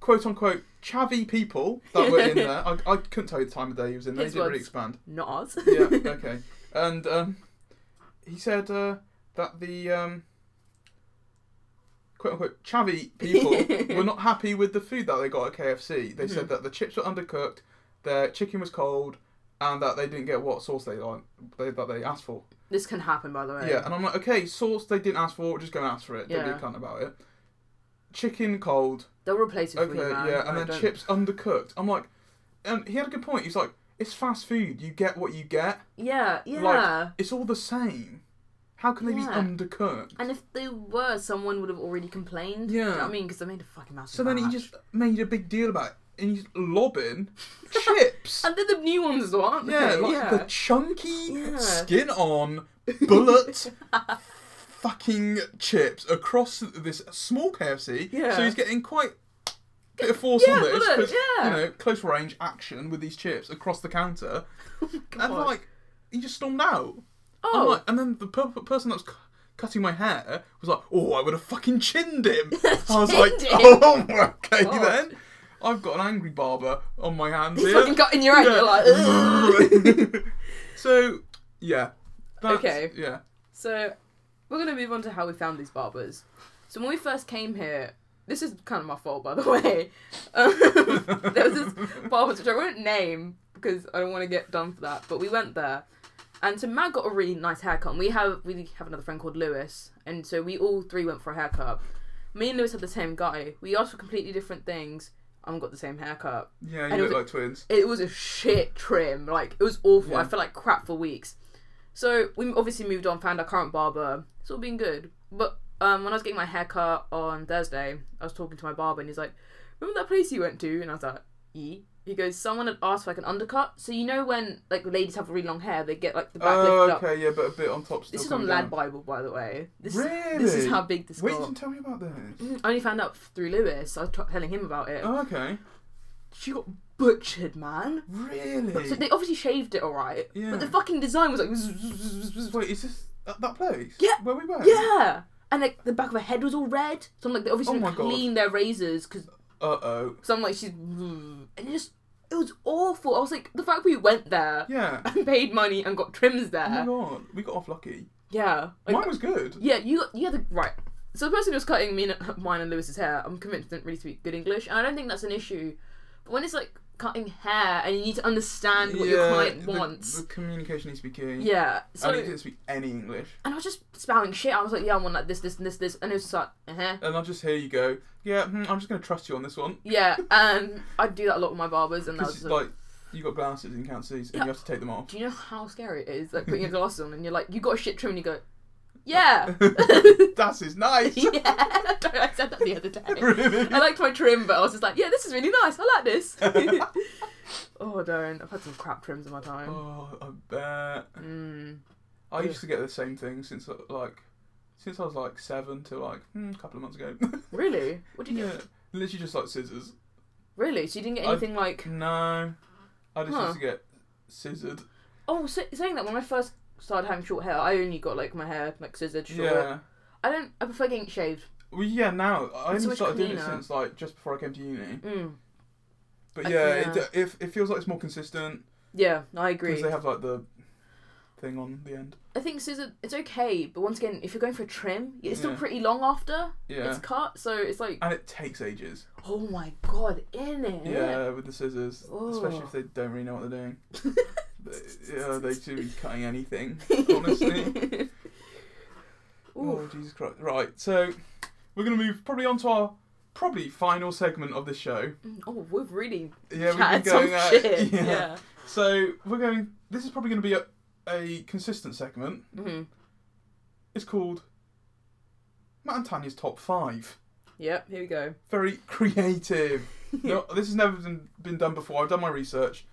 Speaker 1: quote unquote chavvy people that were in
Speaker 2: [laughs]
Speaker 1: there. I, I couldn't tell you the time of day he was in there.
Speaker 2: His
Speaker 1: he didn't really
Speaker 2: words.
Speaker 1: expand.
Speaker 2: Not us.
Speaker 1: yeah,
Speaker 2: [laughs]
Speaker 1: okay. And um, he said uh, that the um, quote unquote chavvy
Speaker 2: [laughs]
Speaker 1: people were not happy with the food that they got at KFC. They
Speaker 2: Mm-hmm.
Speaker 1: said that the chips were undercooked, their chicken was cold, and that they didn't get what sauce they, like, they that they asked for.
Speaker 2: This can happen, by the way.
Speaker 1: Yeah, and I'm like, okay, sauce they didn't ask for, just go ask for it. Don't be a
Speaker 2: Yeah.
Speaker 1: cunt about it. Chicken cold.
Speaker 2: They'll replace it for
Speaker 1: Okay,
Speaker 2: you, man.
Speaker 1: yeah, and
Speaker 2: I
Speaker 1: then
Speaker 2: don't-
Speaker 1: chips undercooked. I'm like, and he had a good point. He's like, it's fast food. You get what you get.
Speaker 2: Yeah, yeah.
Speaker 1: It's all the same. How can they
Speaker 2: Yeah.
Speaker 1: be undercooked?
Speaker 2: and if they were, someone would have already complained. Do you know
Speaker 1: Yeah.
Speaker 2: what I mean? Because they made a fucking massive
Speaker 1: so then he
Speaker 2: batch.
Speaker 1: just made a big deal about it, and he's lobbing [laughs]
Speaker 2: [laughs]
Speaker 1: chips.
Speaker 2: And they're the new ones, though, aren't they?
Speaker 1: Yeah, like the chunky, skin
Speaker 2: [laughs]
Speaker 1: on, bullet, fucking chips across this small KFC.
Speaker 2: Yeah.
Speaker 1: So he's getting quite a bit of force
Speaker 2: Yeah,
Speaker 1: on this.
Speaker 2: bullet,
Speaker 1: 'cause,
Speaker 2: yeah.
Speaker 1: You know, close range action with these chips across the
Speaker 2: [laughs]
Speaker 1: counter. and
Speaker 2: Oh God.
Speaker 1: like, he just stormed out. I'm
Speaker 2: Oh,
Speaker 1: like, and then the per- person that was. cu- Cutting my hair was like, oh, I would have fucking chinned
Speaker 2: [laughs]
Speaker 1: him. I was like,
Speaker 2: Chinned him.
Speaker 1: [laughs] oh, okay
Speaker 2: God.
Speaker 1: then. I've got an angry barber on my hands
Speaker 2: you
Speaker 1: here.
Speaker 2: fucking got in [laughs] your head. You're like,
Speaker 1: [laughs]
Speaker 2: Ugh.
Speaker 1: so yeah. That's,
Speaker 2: Okay.
Speaker 1: Yeah.
Speaker 2: so we're gonna move on to how we found these barbers. So when we first came here, this is kind of my fault, by the [laughs] way. Um, there was this barber which I won't name because I don't want to get done for that. But we went there, and so Matt got a really nice haircut. And we have we have another friend called Lewis, and so we all three went for a haircut. Me and Lewis had the same guy. We asked for completely different things. and got the same haircut.
Speaker 1: Yeah,
Speaker 2: And
Speaker 1: you look
Speaker 2: it was-
Speaker 1: like twins.
Speaker 2: it was a shit trim. Like it was awful.
Speaker 1: Yeah.
Speaker 2: I felt like crap for weeks. So we obviously moved on, found our current barber. It's all been good. But um, when I was getting my haircut on Thursday, I was talking to my barber and he's like, "Remember that place you went to?" And I was like, "Ye." He goes, "Someone had asked for like an undercut. So you know when like ladies have really long hair, they get like the back
Speaker 1: Oh,
Speaker 2: lifted up.
Speaker 1: okay, yeah, but a bit on top still.
Speaker 2: This is on
Speaker 1: coming
Speaker 2: Lad
Speaker 1: down.
Speaker 2: Bible, by the way. This,
Speaker 1: Really?
Speaker 2: This is how big this
Speaker 1: Wait, you
Speaker 2: got.
Speaker 1: didn't tell me about this.
Speaker 2: I only found out through Lewis. I was t- telling him about it.
Speaker 1: Oh, okay.
Speaker 2: She got butchered, man.
Speaker 1: Really?
Speaker 2: So they obviously shaved it alright,
Speaker 1: Yeah.
Speaker 2: but the fucking design was like, zzz, zzz, zzz, zzz.
Speaker 1: Wait, is this at that place?
Speaker 2: Yeah.
Speaker 1: Where we went?
Speaker 2: yeah, and like the back of her head was all red. So I'm like, they obviously
Speaker 1: Oh my
Speaker 2: didn't clean their razors because
Speaker 1: Uh oh.
Speaker 2: I'm like, she's and it just it was awful. I was like, the fact we went there
Speaker 1: Yeah.
Speaker 2: and paid money and got trims
Speaker 1: Oh my
Speaker 2: there,
Speaker 1: god, we got off lucky.
Speaker 2: yeah, like,
Speaker 1: Mine was good.
Speaker 2: yeah, you got, you had the right. So the person who was cutting me and, [laughs] mine and Lewis's hair, I'm convinced didn't really speak good English, and I don't think that's an issue. But when it's like cutting hair and you need to understand what your client
Speaker 1: the-
Speaker 2: wants,
Speaker 1: The communication needs to be key.
Speaker 2: yeah, so.
Speaker 1: and he didn't speak any English.
Speaker 2: and I was just spouting shit. I was like, yeah, I want like this, this, and this, this, and it was just like, uh-huh.
Speaker 1: And I'll just hear you go, yeah, hmm, I'm just going to trust you on this one.
Speaker 2: yeah. And I do that a lot with my barbers, and that
Speaker 1: Because,
Speaker 2: was just like,
Speaker 1: like, you got glasses and you can't see, so
Speaker 2: Yeah.
Speaker 1: you have to take them off.
Speaker 2: do you know how scary it is? Like putting your glasses on, and you're like, you got a shit trim, and you go, [laughs] yeah,
Speaker 1: That's is nice.
Speaker 2: yeah. [laughs] Um, I said that the other day.
Speaker 1: [laughs] really?
Speaker 2: I liked my trim, but I was just like, yeah, this is really nice. I
Speaker 1: [laughs]
Speaker 2: like this. oh, don't. I've had some crap trims in my time.
Speaker 1: Oh, I bet.
Speaker 2: Mm.
Speaker 1: I used to get the same thing since uh, like since I was like seven to like hmm, a couple of months ago. [laughs]
Speaker 2: Really? What did you
Speaker 1: yeah,
Speaker 2: get?
Speaker 1: literally just like scissors.
Speaker 2: Really? So you didn't get
Speaker 1: I-
Speaker 2: anything like?
Speaker 1: No, I just
Speaker 2: Huh.
Speaker 1: used to get scissored.
Speaker 2: Oh, so, saying that when I first started having short hair, I only got like my hair like scissored short.
Speaker 1: Yeah.
Speaker 2: I don't. I prefer getting it shaved.
Speaker 1: Well, yeah. Now I
Speaker 2: It's
Speaker 1: only
Speaker 2: so much
Speaker 1: started doing it
Speaker 2: cleaner.
Speaker 1: since like just before I came to uni.
Speaker 2: Mm.
Speaker 1: But
Speaker 2: I-
Speaker 1: yeah,
Speaker 2: yeah.
Speaker 1: It, if it feels like it's more consistent
Speaker 2: Yeah, I agree.
Speaker 1: because they have like the thing on the end.
Speaker 2: I think scissor it's okay, but once again, if you're going for a trim, it's still
Speaker 1: Yeah.
Speaker 2: pretty long after
Speaker 1: Yeah.
Speaker 2: it's cut. So it's like,
Speaker 1: and it takes ages.
Speaker 2: oh my god, in it.
Speaker 1: Yeah, with the scissors, especially
Speaker 2: Oh.
Speaker 1: if they don't really know what they're doing.
Speaker 2: [laughs]
Speaker 1: They- yeah, they should be cutting anything. Honestly.
Speaker 2: Ooh.
Speaker 1: Oh Jesus Christ! Right, so we're gonna move probably on to our probably final segment of the show.
Speaker 2: Oh, we've really
Speaker 1: Yeah,
Speaker 2: chatted some
Speaker 1: uh, [laughs]
Speaker 2: shit. Yeah.
Speaker 1: So we're going. This is probably gonna be a, a consistent segment.
Speaker 2: Mhm.
Speaker 1: It's called Matt and Tanya's top five.
Speaker 2: Yep. Here we go.
Speaker 1: Very [laughs] creative. no, this has never been, been done before. I've done my research.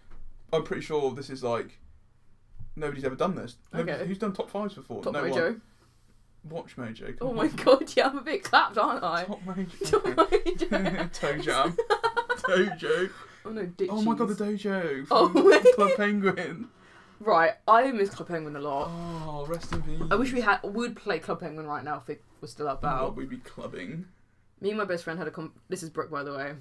Speaker 1: I'm pretty sure this is like nobody's ever done this. Nobody's-
Speaker 2: Okay.
Speaker 1: Who's done top fives before?
Speaker 2: Top
Speaker 1: no
Speaker 2: mojo.
Speaker 1: one. Watch Mojo. come
Speaker 2: Oh
Speaker 1: on. [laughs]
Speaker 2: my [laughs] god. Yeah, I'm a bit clapped, aren't I?
Speaker 1: Top Mojo.
Speaker 2: [laughs]
Speaker 1: [laughs]
Speaker 2: Top
Speaker 1: Okay.
Speaker 2: mojo.
Speaker 1: Toe
Speaker 2: [laughs]
Speaker 1: jam. Dojo.
Speaker 2: oh no. Ditchies.
Speaker 1: Oh my god, the dojo
Speaker 2: Oh, [laughs]
Speaker 1: from
Speaker 2: really?
Speaker 1: Club Penguin.
Speaker 2: Right. I miss Club Penguin a lot.
Speaker 1: Oh, rest in peace.
Speaker 2: I wish we had would play Club Penguin right now if it was still up.
Speaker 1: Oh my
Speaker 2: out.
Speaker 1: God, we'd be clubbing.
Speaker 2: Me and my best friend had a com- this is Brooke by the way.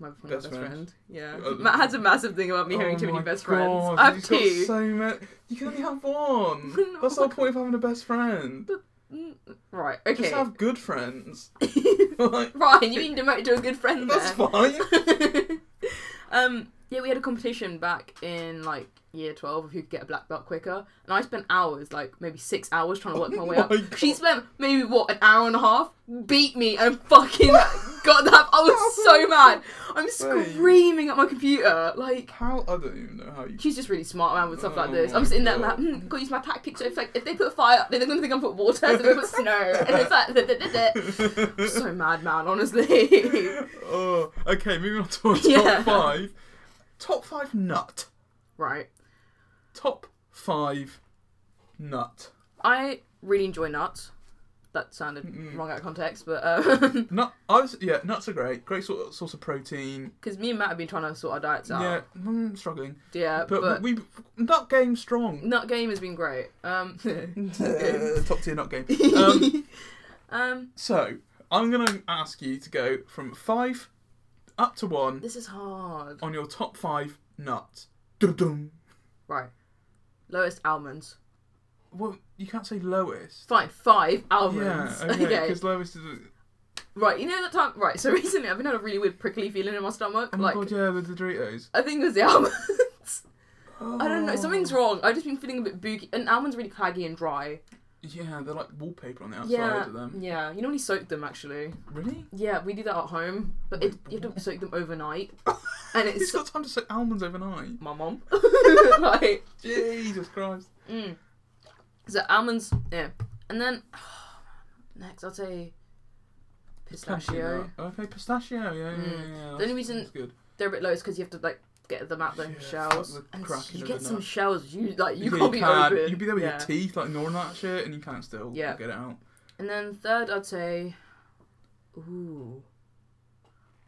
Speaker 2: My, my
Speaker 1: Best
Speaker 2: best,
Speaker 1: friend.
Speaker 2: friend. Yeah.
Speaker 1: Uh,
Speaker 2: Matt has a massive thing about me having
Speaker 1: oh
Speaker 2: too many
Speaker 1: my
Speaker 2: best
Speaker 1: God,
Speaker 2: friends. I have
Speaker 1: he's got
Speaker 2: two. [laughs]
Speaker 1: so many. You can only have one.
Speaker 2: No.
Speaker 1: That's the whole point of having a best friend.
Speaker 2: Mm, Right, okay.
Speaker 1: Just have good friends. like,
Speaker 2: [laughs] Ryan, you mean demoted to a good friend
Speaker 1: that's
Speaker 2: there. [laughs]
Speaker 1: fine.
Speaker 2: um Yeah, we had a competition back in like year 12 of who could get a black belt quicker. And I spent hours, like maybe six hours, trying to work
Speaker 1: [laughs]
Speaker 2: my way up.
Speaker 1: Oh my God.
Speaker 2: She spent maybe what, an hour and a half? Beat me and fucking [laughs] got that. I was so
Speaker 1: [laughs]
Speaker 2: mad. I'm screaming at my computer. Like,
Speaker 1: How I don't even know how you.
Speaker 2: she's just really smart around with stuff like
Speaker 1: Oh
Speaker 2: this.
Speaker 1: my
Speaker 2: I'm sitting there like,
Speaker 1: God.
Speaker 2: hmm, gotta use my tactics. So if, like, if they put fire, they're gonna think I'm put water, they're gonna
Speaker 1: [laughs]
Speaker 2: put snow. And it's like, da, da, da, da. I'm so mad, man,
Speaker 1: [laughs]
Speaker 2: honestly.
Speaker 1: [laughs] oh, okay. Moving on to our top
Speaker 2: Yeah.
Speaker 1: five. Top five nut.
Speaker 2: right.
Speaker 1: Top five nut.
Speaker 2: I really enjoy nuts. That sounded wrong out of context, but um [laughs]
Speaker 1: Nut. I was, yeah, nuts are great. Great sort source of protein.
Speaker 2: because me and Matt have been trying to sort our diets out.
Speaker 1: Yeah,
Speaker 2: Yeah,
Speaker 1: mm, struggling.
Speaker 2: but,
Speaker 1: But, we nut game
Speaker 2: [laughs]
Speaker 1: strong.
Speaker 2: nut game has been great. Um, [laughs]
Speaker 1: Uh, top tier nut game. [laughs] Um,
Speaker 2: um,
Speaker 1: so I'm gonna ask you to go from five up to one
Speaker 2: this is hard.
Speaker 1: on your top five nut. Dum-dum.
Speaker 2: Right, lowest almonds.
Speaker 1: Well, you can't say lowest.
Speaker 2: Fine, five
Speaker 1: Yeah,
Speaker 2: [laughs] almonds.
Speaker 1: okay. Because lowest is.
Speaker 2: Right, you know that time. Right, so [laughs] recently I've been had a really weird prickly feeling in my stomach.
Speaker 1: Oh my
Speaker 2: like
Speaker 1: god, yeah, the Doritos.
Speaker 2: I think it was the almonds. [laughs] I
Speaker 1: Oh.
Speaker 2: don't know. Something's wrong. I've just been feeling a bit boogie. And almonds are really claggy and dry.
Speaker 1: Yeah, they're like wallpaper on the outside
Speaker 2: Yeah,
Speaker 1: of them.
Speaker 2: yeah. You normally soak them actually.
Speaker 1: Really?
Speaker 2: Yeah, we do that at home, but it, you have to soak them overnight. And
Speaker 1: Who's
Speaker 2: [laughs] it's
Speaker 1: got time to soak almonds overnight?
Speaker 2: [laughs] my mom. [laughs] like,
Speaker 1: Jesus Christ.
Speaker 2: mm. So almonds, yeah. And then [sighs] next, I'd say pistachio.
Speaker 1: Pistachio. Oh, Okay, pistachio. Yeah, yeah,
Speaker 2: Mm.
Speaker 1: yeah. yeah,
Speaker 2: The
Speaker 1: that's-
Speaker 2: only reason-
Speaker 1: that's good.
Speaker 2: They're a bit low is because you have to like get them out the
Speaker 1: Yeah,
Speaker 2: shells.
Speaker 1: fuck the
Speaker 2: And
Speaker 1: cracking
Speaker 2: you
Speaker 1: of
Speaker 2: get
Speaker 1: the
Speaker 2: some
Speaker 1: nut.
Speaker 2: shells you like you
Speaker 1: Yeah,
Speaker 2: can't be
Speaker 1: can.
Speaker 2: open.
Speaker 1: You'd be there with
Speaker 2: Yeah.
Speaker 1: your teeth, like gnawing that shit, and you can't still
Speaker 2: Yeah.
Speaker 1: get it out.
Speaker 2: And then third, I'd say, ooh.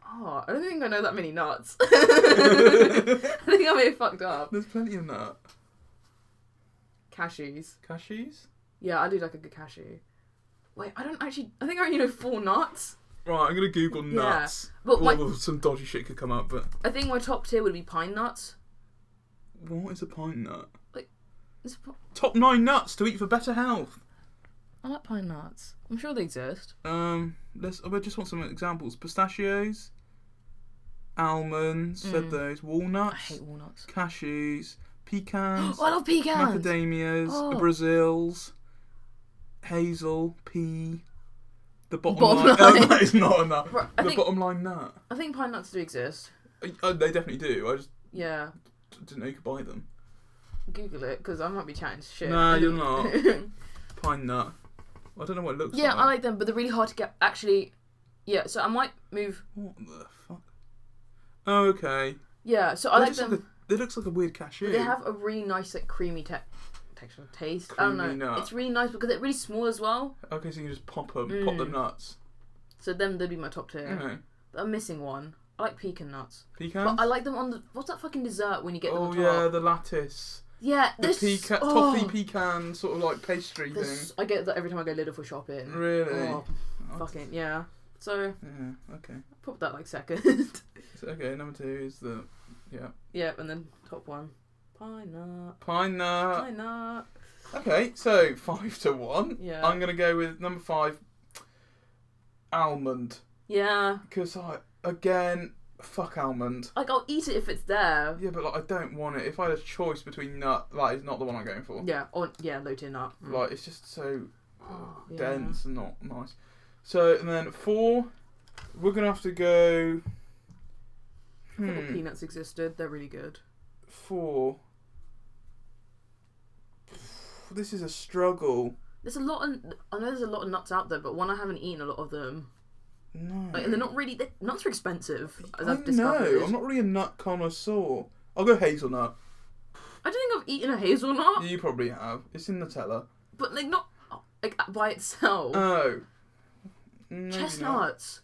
Speaker 2: Oh, I don't think I know that many nuts. [laughs] I think I may have fucked up.
Speaker 1: There's plenty of nut.
Speaker 2: Cashews.
Speaker 1: Cashews?
Speaker 2: Yeah, I do like a good cashew. Wait, I don't actually. I think I only know four nuts.
Speaker 1: Right, I'm gonna Google
Speaker 2: Yeah.
Speaker 1: nuts.
Speaker 2: But
Speaker 1: Oh,
Speaker 2: my-
Speaker 1: well, some dodgy shit could come up, but
Speaker 2: I think my top tier would be pine nuts.
Speaker 1: what is a pine nut?
Speaker 2: Is p-
Speaker 1: Top nine nuts to eat for better health.
Speaker 2: I like pine nuts. I'm sure they exist.
Speaker 1: Um, let's. I just want some examples. Pistachios, almonds. Said those.
Speaker 2: Mm. I
Speaker 1: Walnuts,
Speaker 2: hate walnuts.
Speaker 1: cashews, pecans,
Speaker 2: Oh, I love pecans.
Speaker 1: macadamias,
Speaker 2: Oh.
Speaker 1: Brazils, hazel, pea. The bottom, line.
Speaker 2: Bottom line.
Speaker 1: [laughs] Oh, that is not enough.
Speaker 2: Right, I
Speaker 1: the
Speaker 2: think-
Speaker 1: bottom line nut.
Speaker 2: I think pine nuts do exist.
Speaker 1: Oh, they definitely do. I just
Speaker 2: Yeah,
Speaker 1: didn't know you could buy them.
Speaker 2: Google it because I might be chatting shit.
Speaker 1: Nah,
Speaker 2: [laughs]
Speaker 1: you're not. Pine nut. I don't know what it looks
Speaker 2: yeah,
Speaker 1: like.
Speaker 2: I like them, but they're really hard to get. Actually, yeah. So I might move.
Speaker 1: What the fuck? Oh, okay.
Speaker 2: Yeah, so I
Speaker 1: They
Speaker 2: like
Speaker 1: just look
Speaker 2: them.
Speaker 1: a- it looks like a weird cashew.
Speaker 2: They have a really nice like creamy te- texture taste. I don't know.
Speaker 1: Creamy Ah. nut.
Speaker 2: It's really nice because they're really small as well.
Speaker 1: Okay, so you can just pop them, pop the
Speaker 2: Mm.
Speaker 1: nuts.
Speaker 2: So them they'd be my top tier.
Speaker 1: Okay.
Speaker 2: But I'm missing one. I like pecan nuts.
Speaker 1: Pecans?
Speaker 2: But I like them on the what's that fucking dessert when you get them
Speaker 1: oh
Speaker 2: on
Speaker 1: yeah,
Speaker 2: top?
Speaker 1: the lattice,
Speaker 2: Yeah,
Speaker 1: the
Speaker 2: this
Speaker 1: pecan,
Speaker 2: oh,
Speaker 1: toffee pecan sort of like pastry
Speaker 2: this- I get that every time I go Lidl for shopping.
Speaker 1: thing. Really?
Speaker 2: Oh,
Speaker 1: Oh,
Speaker 2: fucking yeah. So
Speaker 1: Yeah. Okay.
Speaker 2: put that like second. [laughs]
Speaker 1: So, okay. Number two is the yeah
Speaker 2: yeah, and then top one. Pine nut.
Speaker 1: pine nut.
Speaker 2: Pine nut.
Speaker 1: Okay, so five to one.
Speaker 2: Yeah.
Speaker 1: I'm gonna go with number five, almond,
Speaker 2: Yeah.
Speaker 1: because I again fuck almond.
Speaker 2: Like I'll eat it if it's there.
Speaker 1: Yeah, but like I don't want it. If I had a choice between nut, that is not the one I'm going for.
Speaker 2: Yeah, on yeah, low tier nut. Mm.
Speaker 1: Like it's just so
Speaker 2: Oh, yeah.
Speaker 1: dense and not nice. So and then four, we're gonna have to go.
Speaker 2: I forgot
Speaker 1: Hmm,
Speaker 2: peanuts existed. They're really good.
Speaker 1: four. This is a struggle.
Speaker 2: There's a lot of I know there's a lot of nuts out there, but one I haven't eaten a lot of them.
Speaker 1: No.
Speaker 2: Like, and they're not really they're, nuts are expensive. As
Speaker 1: I
Speaker 2: I've discovered.
Speaker 1: know. I'm not really a nut connoisseur. I'll go hazelnut.
Speaker 2: I don't think I've eaten a hazelnut,
Speaker 1: You probably have. It's in Nutella.
Speaker 2: but like not like by itself.
Speaker 1: Oh. Maybe not.
Speaker 2: chestnuts,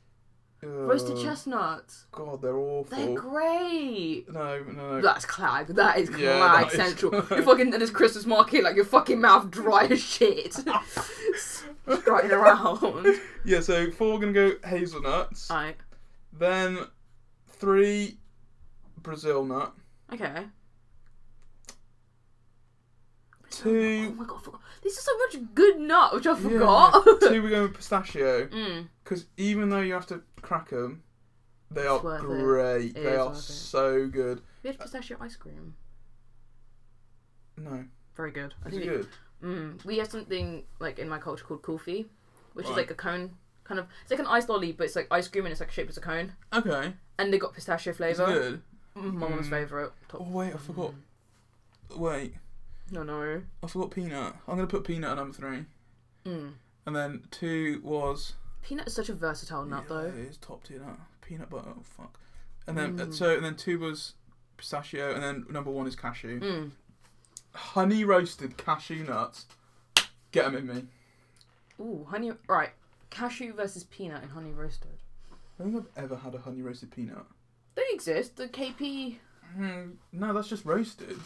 Speaker 1: Ugh,
Speaker 2: roasted chestnuts.
Speaker 1: God, they're awful.
Speaker 2: They're great.
Speaker 1: no, no, no.
Speaker 2: That's clag. That is clag
Speaker 1: Yeah, that is
Speaker 2: central.
Speaker 1: clag.
Speaker 2: You're fucking at this Christmas market like your fucking mouth dry as shit. Strutting around.
Speaker 1: Yeah, so four we're gonna go hazelnuts.
Speaker 2: Alright.
Speaker 1: Then three Brazil nut.
Speaker 2: Okay. Oh
Speaker 1: Two
Speaker 2: my god, I forgot. This is so much good nut, which I
Speaker 1: yeah,
Speaker 2: forgot.
Speaker 1: two we're going with pistachio.
Speaker 2: [laughs] mm.
Speaker 1: Because even though you have to crack them, they are
Speaker 2: It's worth it.
Speaker 1: great.
Speaker 2: It
Speaker 1: They
Speaker 2: is
Speaker 1: are
Speaker 2: worth it.
Speaker 1: so good.
Speaker 2: We had pistachio ice cream.
Speaker 1: No.
Speaker 2: Very good. I
Speaker 1: Is
Speaker 2: think
Speaker 1: it
Speaker 2: we-
Speaker 1: good?
Speaker 2: Mm, we have something like in my culture called kulfi, which is
Speaker 1: Right.
Speaker 2: like a cone, kind of. It's like an ice lolly, but it's like ice cream and it's like shaped as a cone.
Speaker 1: Okay.
Speaker 2: And they got pistachio
Speaker 1: It's
Speaker 2: flavor.
Speaker 1: good.
Speaker 2: Mm, my mum's
Speaker 1: Mm.
Speaker 2: favorite.
Speaker 1: Oh,
Speaker 2: Top.
Speaker 1: wait, I forgot. Wait,
Speaker 2: No, no.
Speaker 1: I forgot peanut. I'm going to put peanut at number three.
Speaker 2: Mm.
Speaker 1: And then two was.
Speaker 2: Peanut is such a versatile nut,
Speaker 1: Yeah,
Speaker 2: though.
Speaker 1: It is top tier nut. Peanut butter. Oh, fuck. And then, uh,
Speaker 2: Mm.
Speaker 1: so, and then two was pistachio, and then number one is cashew.
Speaker 2: Mm.
Speaker 1: Honey roasted cashew nuts. Get them in me.
Speaker 2: Ooh, honey. Right, cashew versus peanut and honey roasted.
Speaker 1: I don't think I've ever had a honey roasted peanut.
Speaker 2: They exist. The KP.
Speaker 1: Hmm, no, that's just roasted.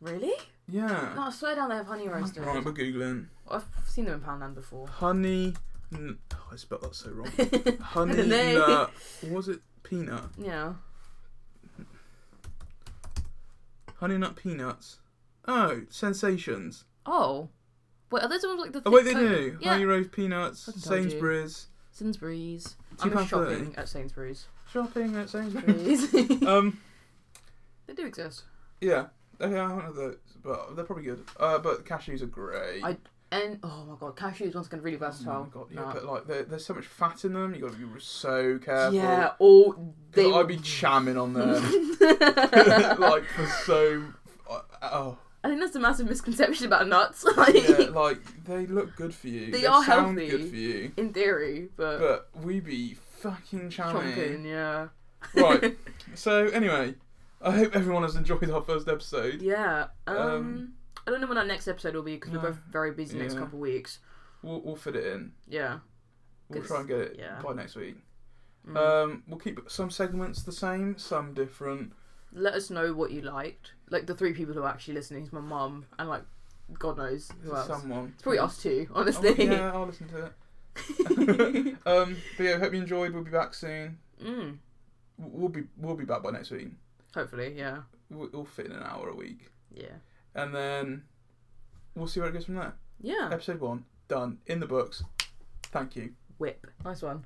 Speaker 2: Really?
Speaker 1: Yeah.
Speaker 2: No, I swear down they have honey roasted.
Speaker 1: Right, we're googling.
Speaker 2: I've seen them in
Speaker 1: [laughs]
Speaker 2: Poundland before.
Speaker 1: Honey. N- oh, I spelled that so
Speaker 2: [laughs]
Speaker 1: wrong. Honey
Speaker 2: don't know.
Speaker 1: nut. What was it? Peanut.
Speaker 2: Yeah.
Speaker 1: Honey nut peanuts. Oh, sensations.
Speaker 2: Oh. Wait, are those the ones like the?
Speaker 1: Oh wait, they
Speaker 2: thick cone-
Speaker 1: do.
Speaker 2: Yeah.
Speaker 1: Honey roast peanuts.
Speaker 2: Fucking told you.
Speaker 1: Sainsbury's.
Speaker 2: Sainsbury's.
Speaker 1: Two
Speaker 2: I'm
Speaker 1: pound
Speaker 2: shopping
Speaker 1: thirty. [laughs]
Speaker 2: at Sainsbury's.
Speaker 1: Shopping at
Speaker 2: [laughs]
Speaker 1: Sainsbury's. [laughs]
Speaker 2: Sainsbury's.
Speaker 1: um.
Speaker 2: they do exist.
Speaker 1: Yeah. Okay, I haven't had those, but they're probably good. Uh, but cashews are great.
Speaker 2: I- And oh my god, cashews once again really
Speaker 1: Oh my
Speaker 2: versatile.
Speaker 1: god, yeah,
Speaker 2: Nah.
Speaker 1: but like there, there's so much fat in them. You got to be so careful.
Speaker 2: yeah, all
Speaker 1: Because
Speaker 2: they.
Speaker 1: I'd be chamming on
Speaker 2: [laughs]
Speaker 1: there, [laughs] like for so. Oh,
Speaker 2: I think that's a massive misconception about nuts. [laughs] Like,
Speaker 1: yeah, like they look good for you.
Speaker 2: They are
Speaker 1: sound
Speaker 2: healthy.
Speaker 1: good for you,
Speaker 2: in theory, but,
Speaker 1: but we be fucking chamming.
Speaker 2: chunking, yeah. [laughs]
Speaker 1: Right. So anyway, I hope everyone has enjoyed our first episode.
Speaker 2: yeah. Um,
Speaker 1: Um,
Speaker 2: I don't know when our next episode will be because
Speaker 1: no.
Speaker 2: we're both very busy next
Speaker 1: Yeah.
Speaker 2: couple weeks.
Speaker 1: We'll, we'll fit it in.
Speaker 2: Yeah.
Speaker 1: We'll
Speaker 2: Good.
Speaker 1: try and get it
Speaker 2: Yeah.
Speaker 1: by next week.
Speaker 2: Mm.
Speaker 1: Um, we'll keep some segments the same, some different.
Speaker 2: Let us know what you liked. Like the three people who are actually listening is my mum and like God knows who else.
Speaker 1: Someone.
Speaker 2: It's probably us two,
Speaker 1: Oh,
Speaker 2: honestly.
Speaker 1: yeah, I'll listen to it. [laughs] um, but yeah, hope you enjoyed. We'll be back soon.
Speaker 2: [laughs] mm.
Speaker 1: W- We'll be we'll be back by next week.
Speaker 2: Hopefully, yeah.
Speaker 1: We'll we'll fit in an hour a week,
Speaker 2: Yeah.
Speaker 1: and then we'll
Speaker 2: Oh.
Speaker 1: see where it goes from there.
Speaker 2: Yeah.
Speaker 1: Episode one done in the books. Thank you.
Speaker 2: Whip. Nice one.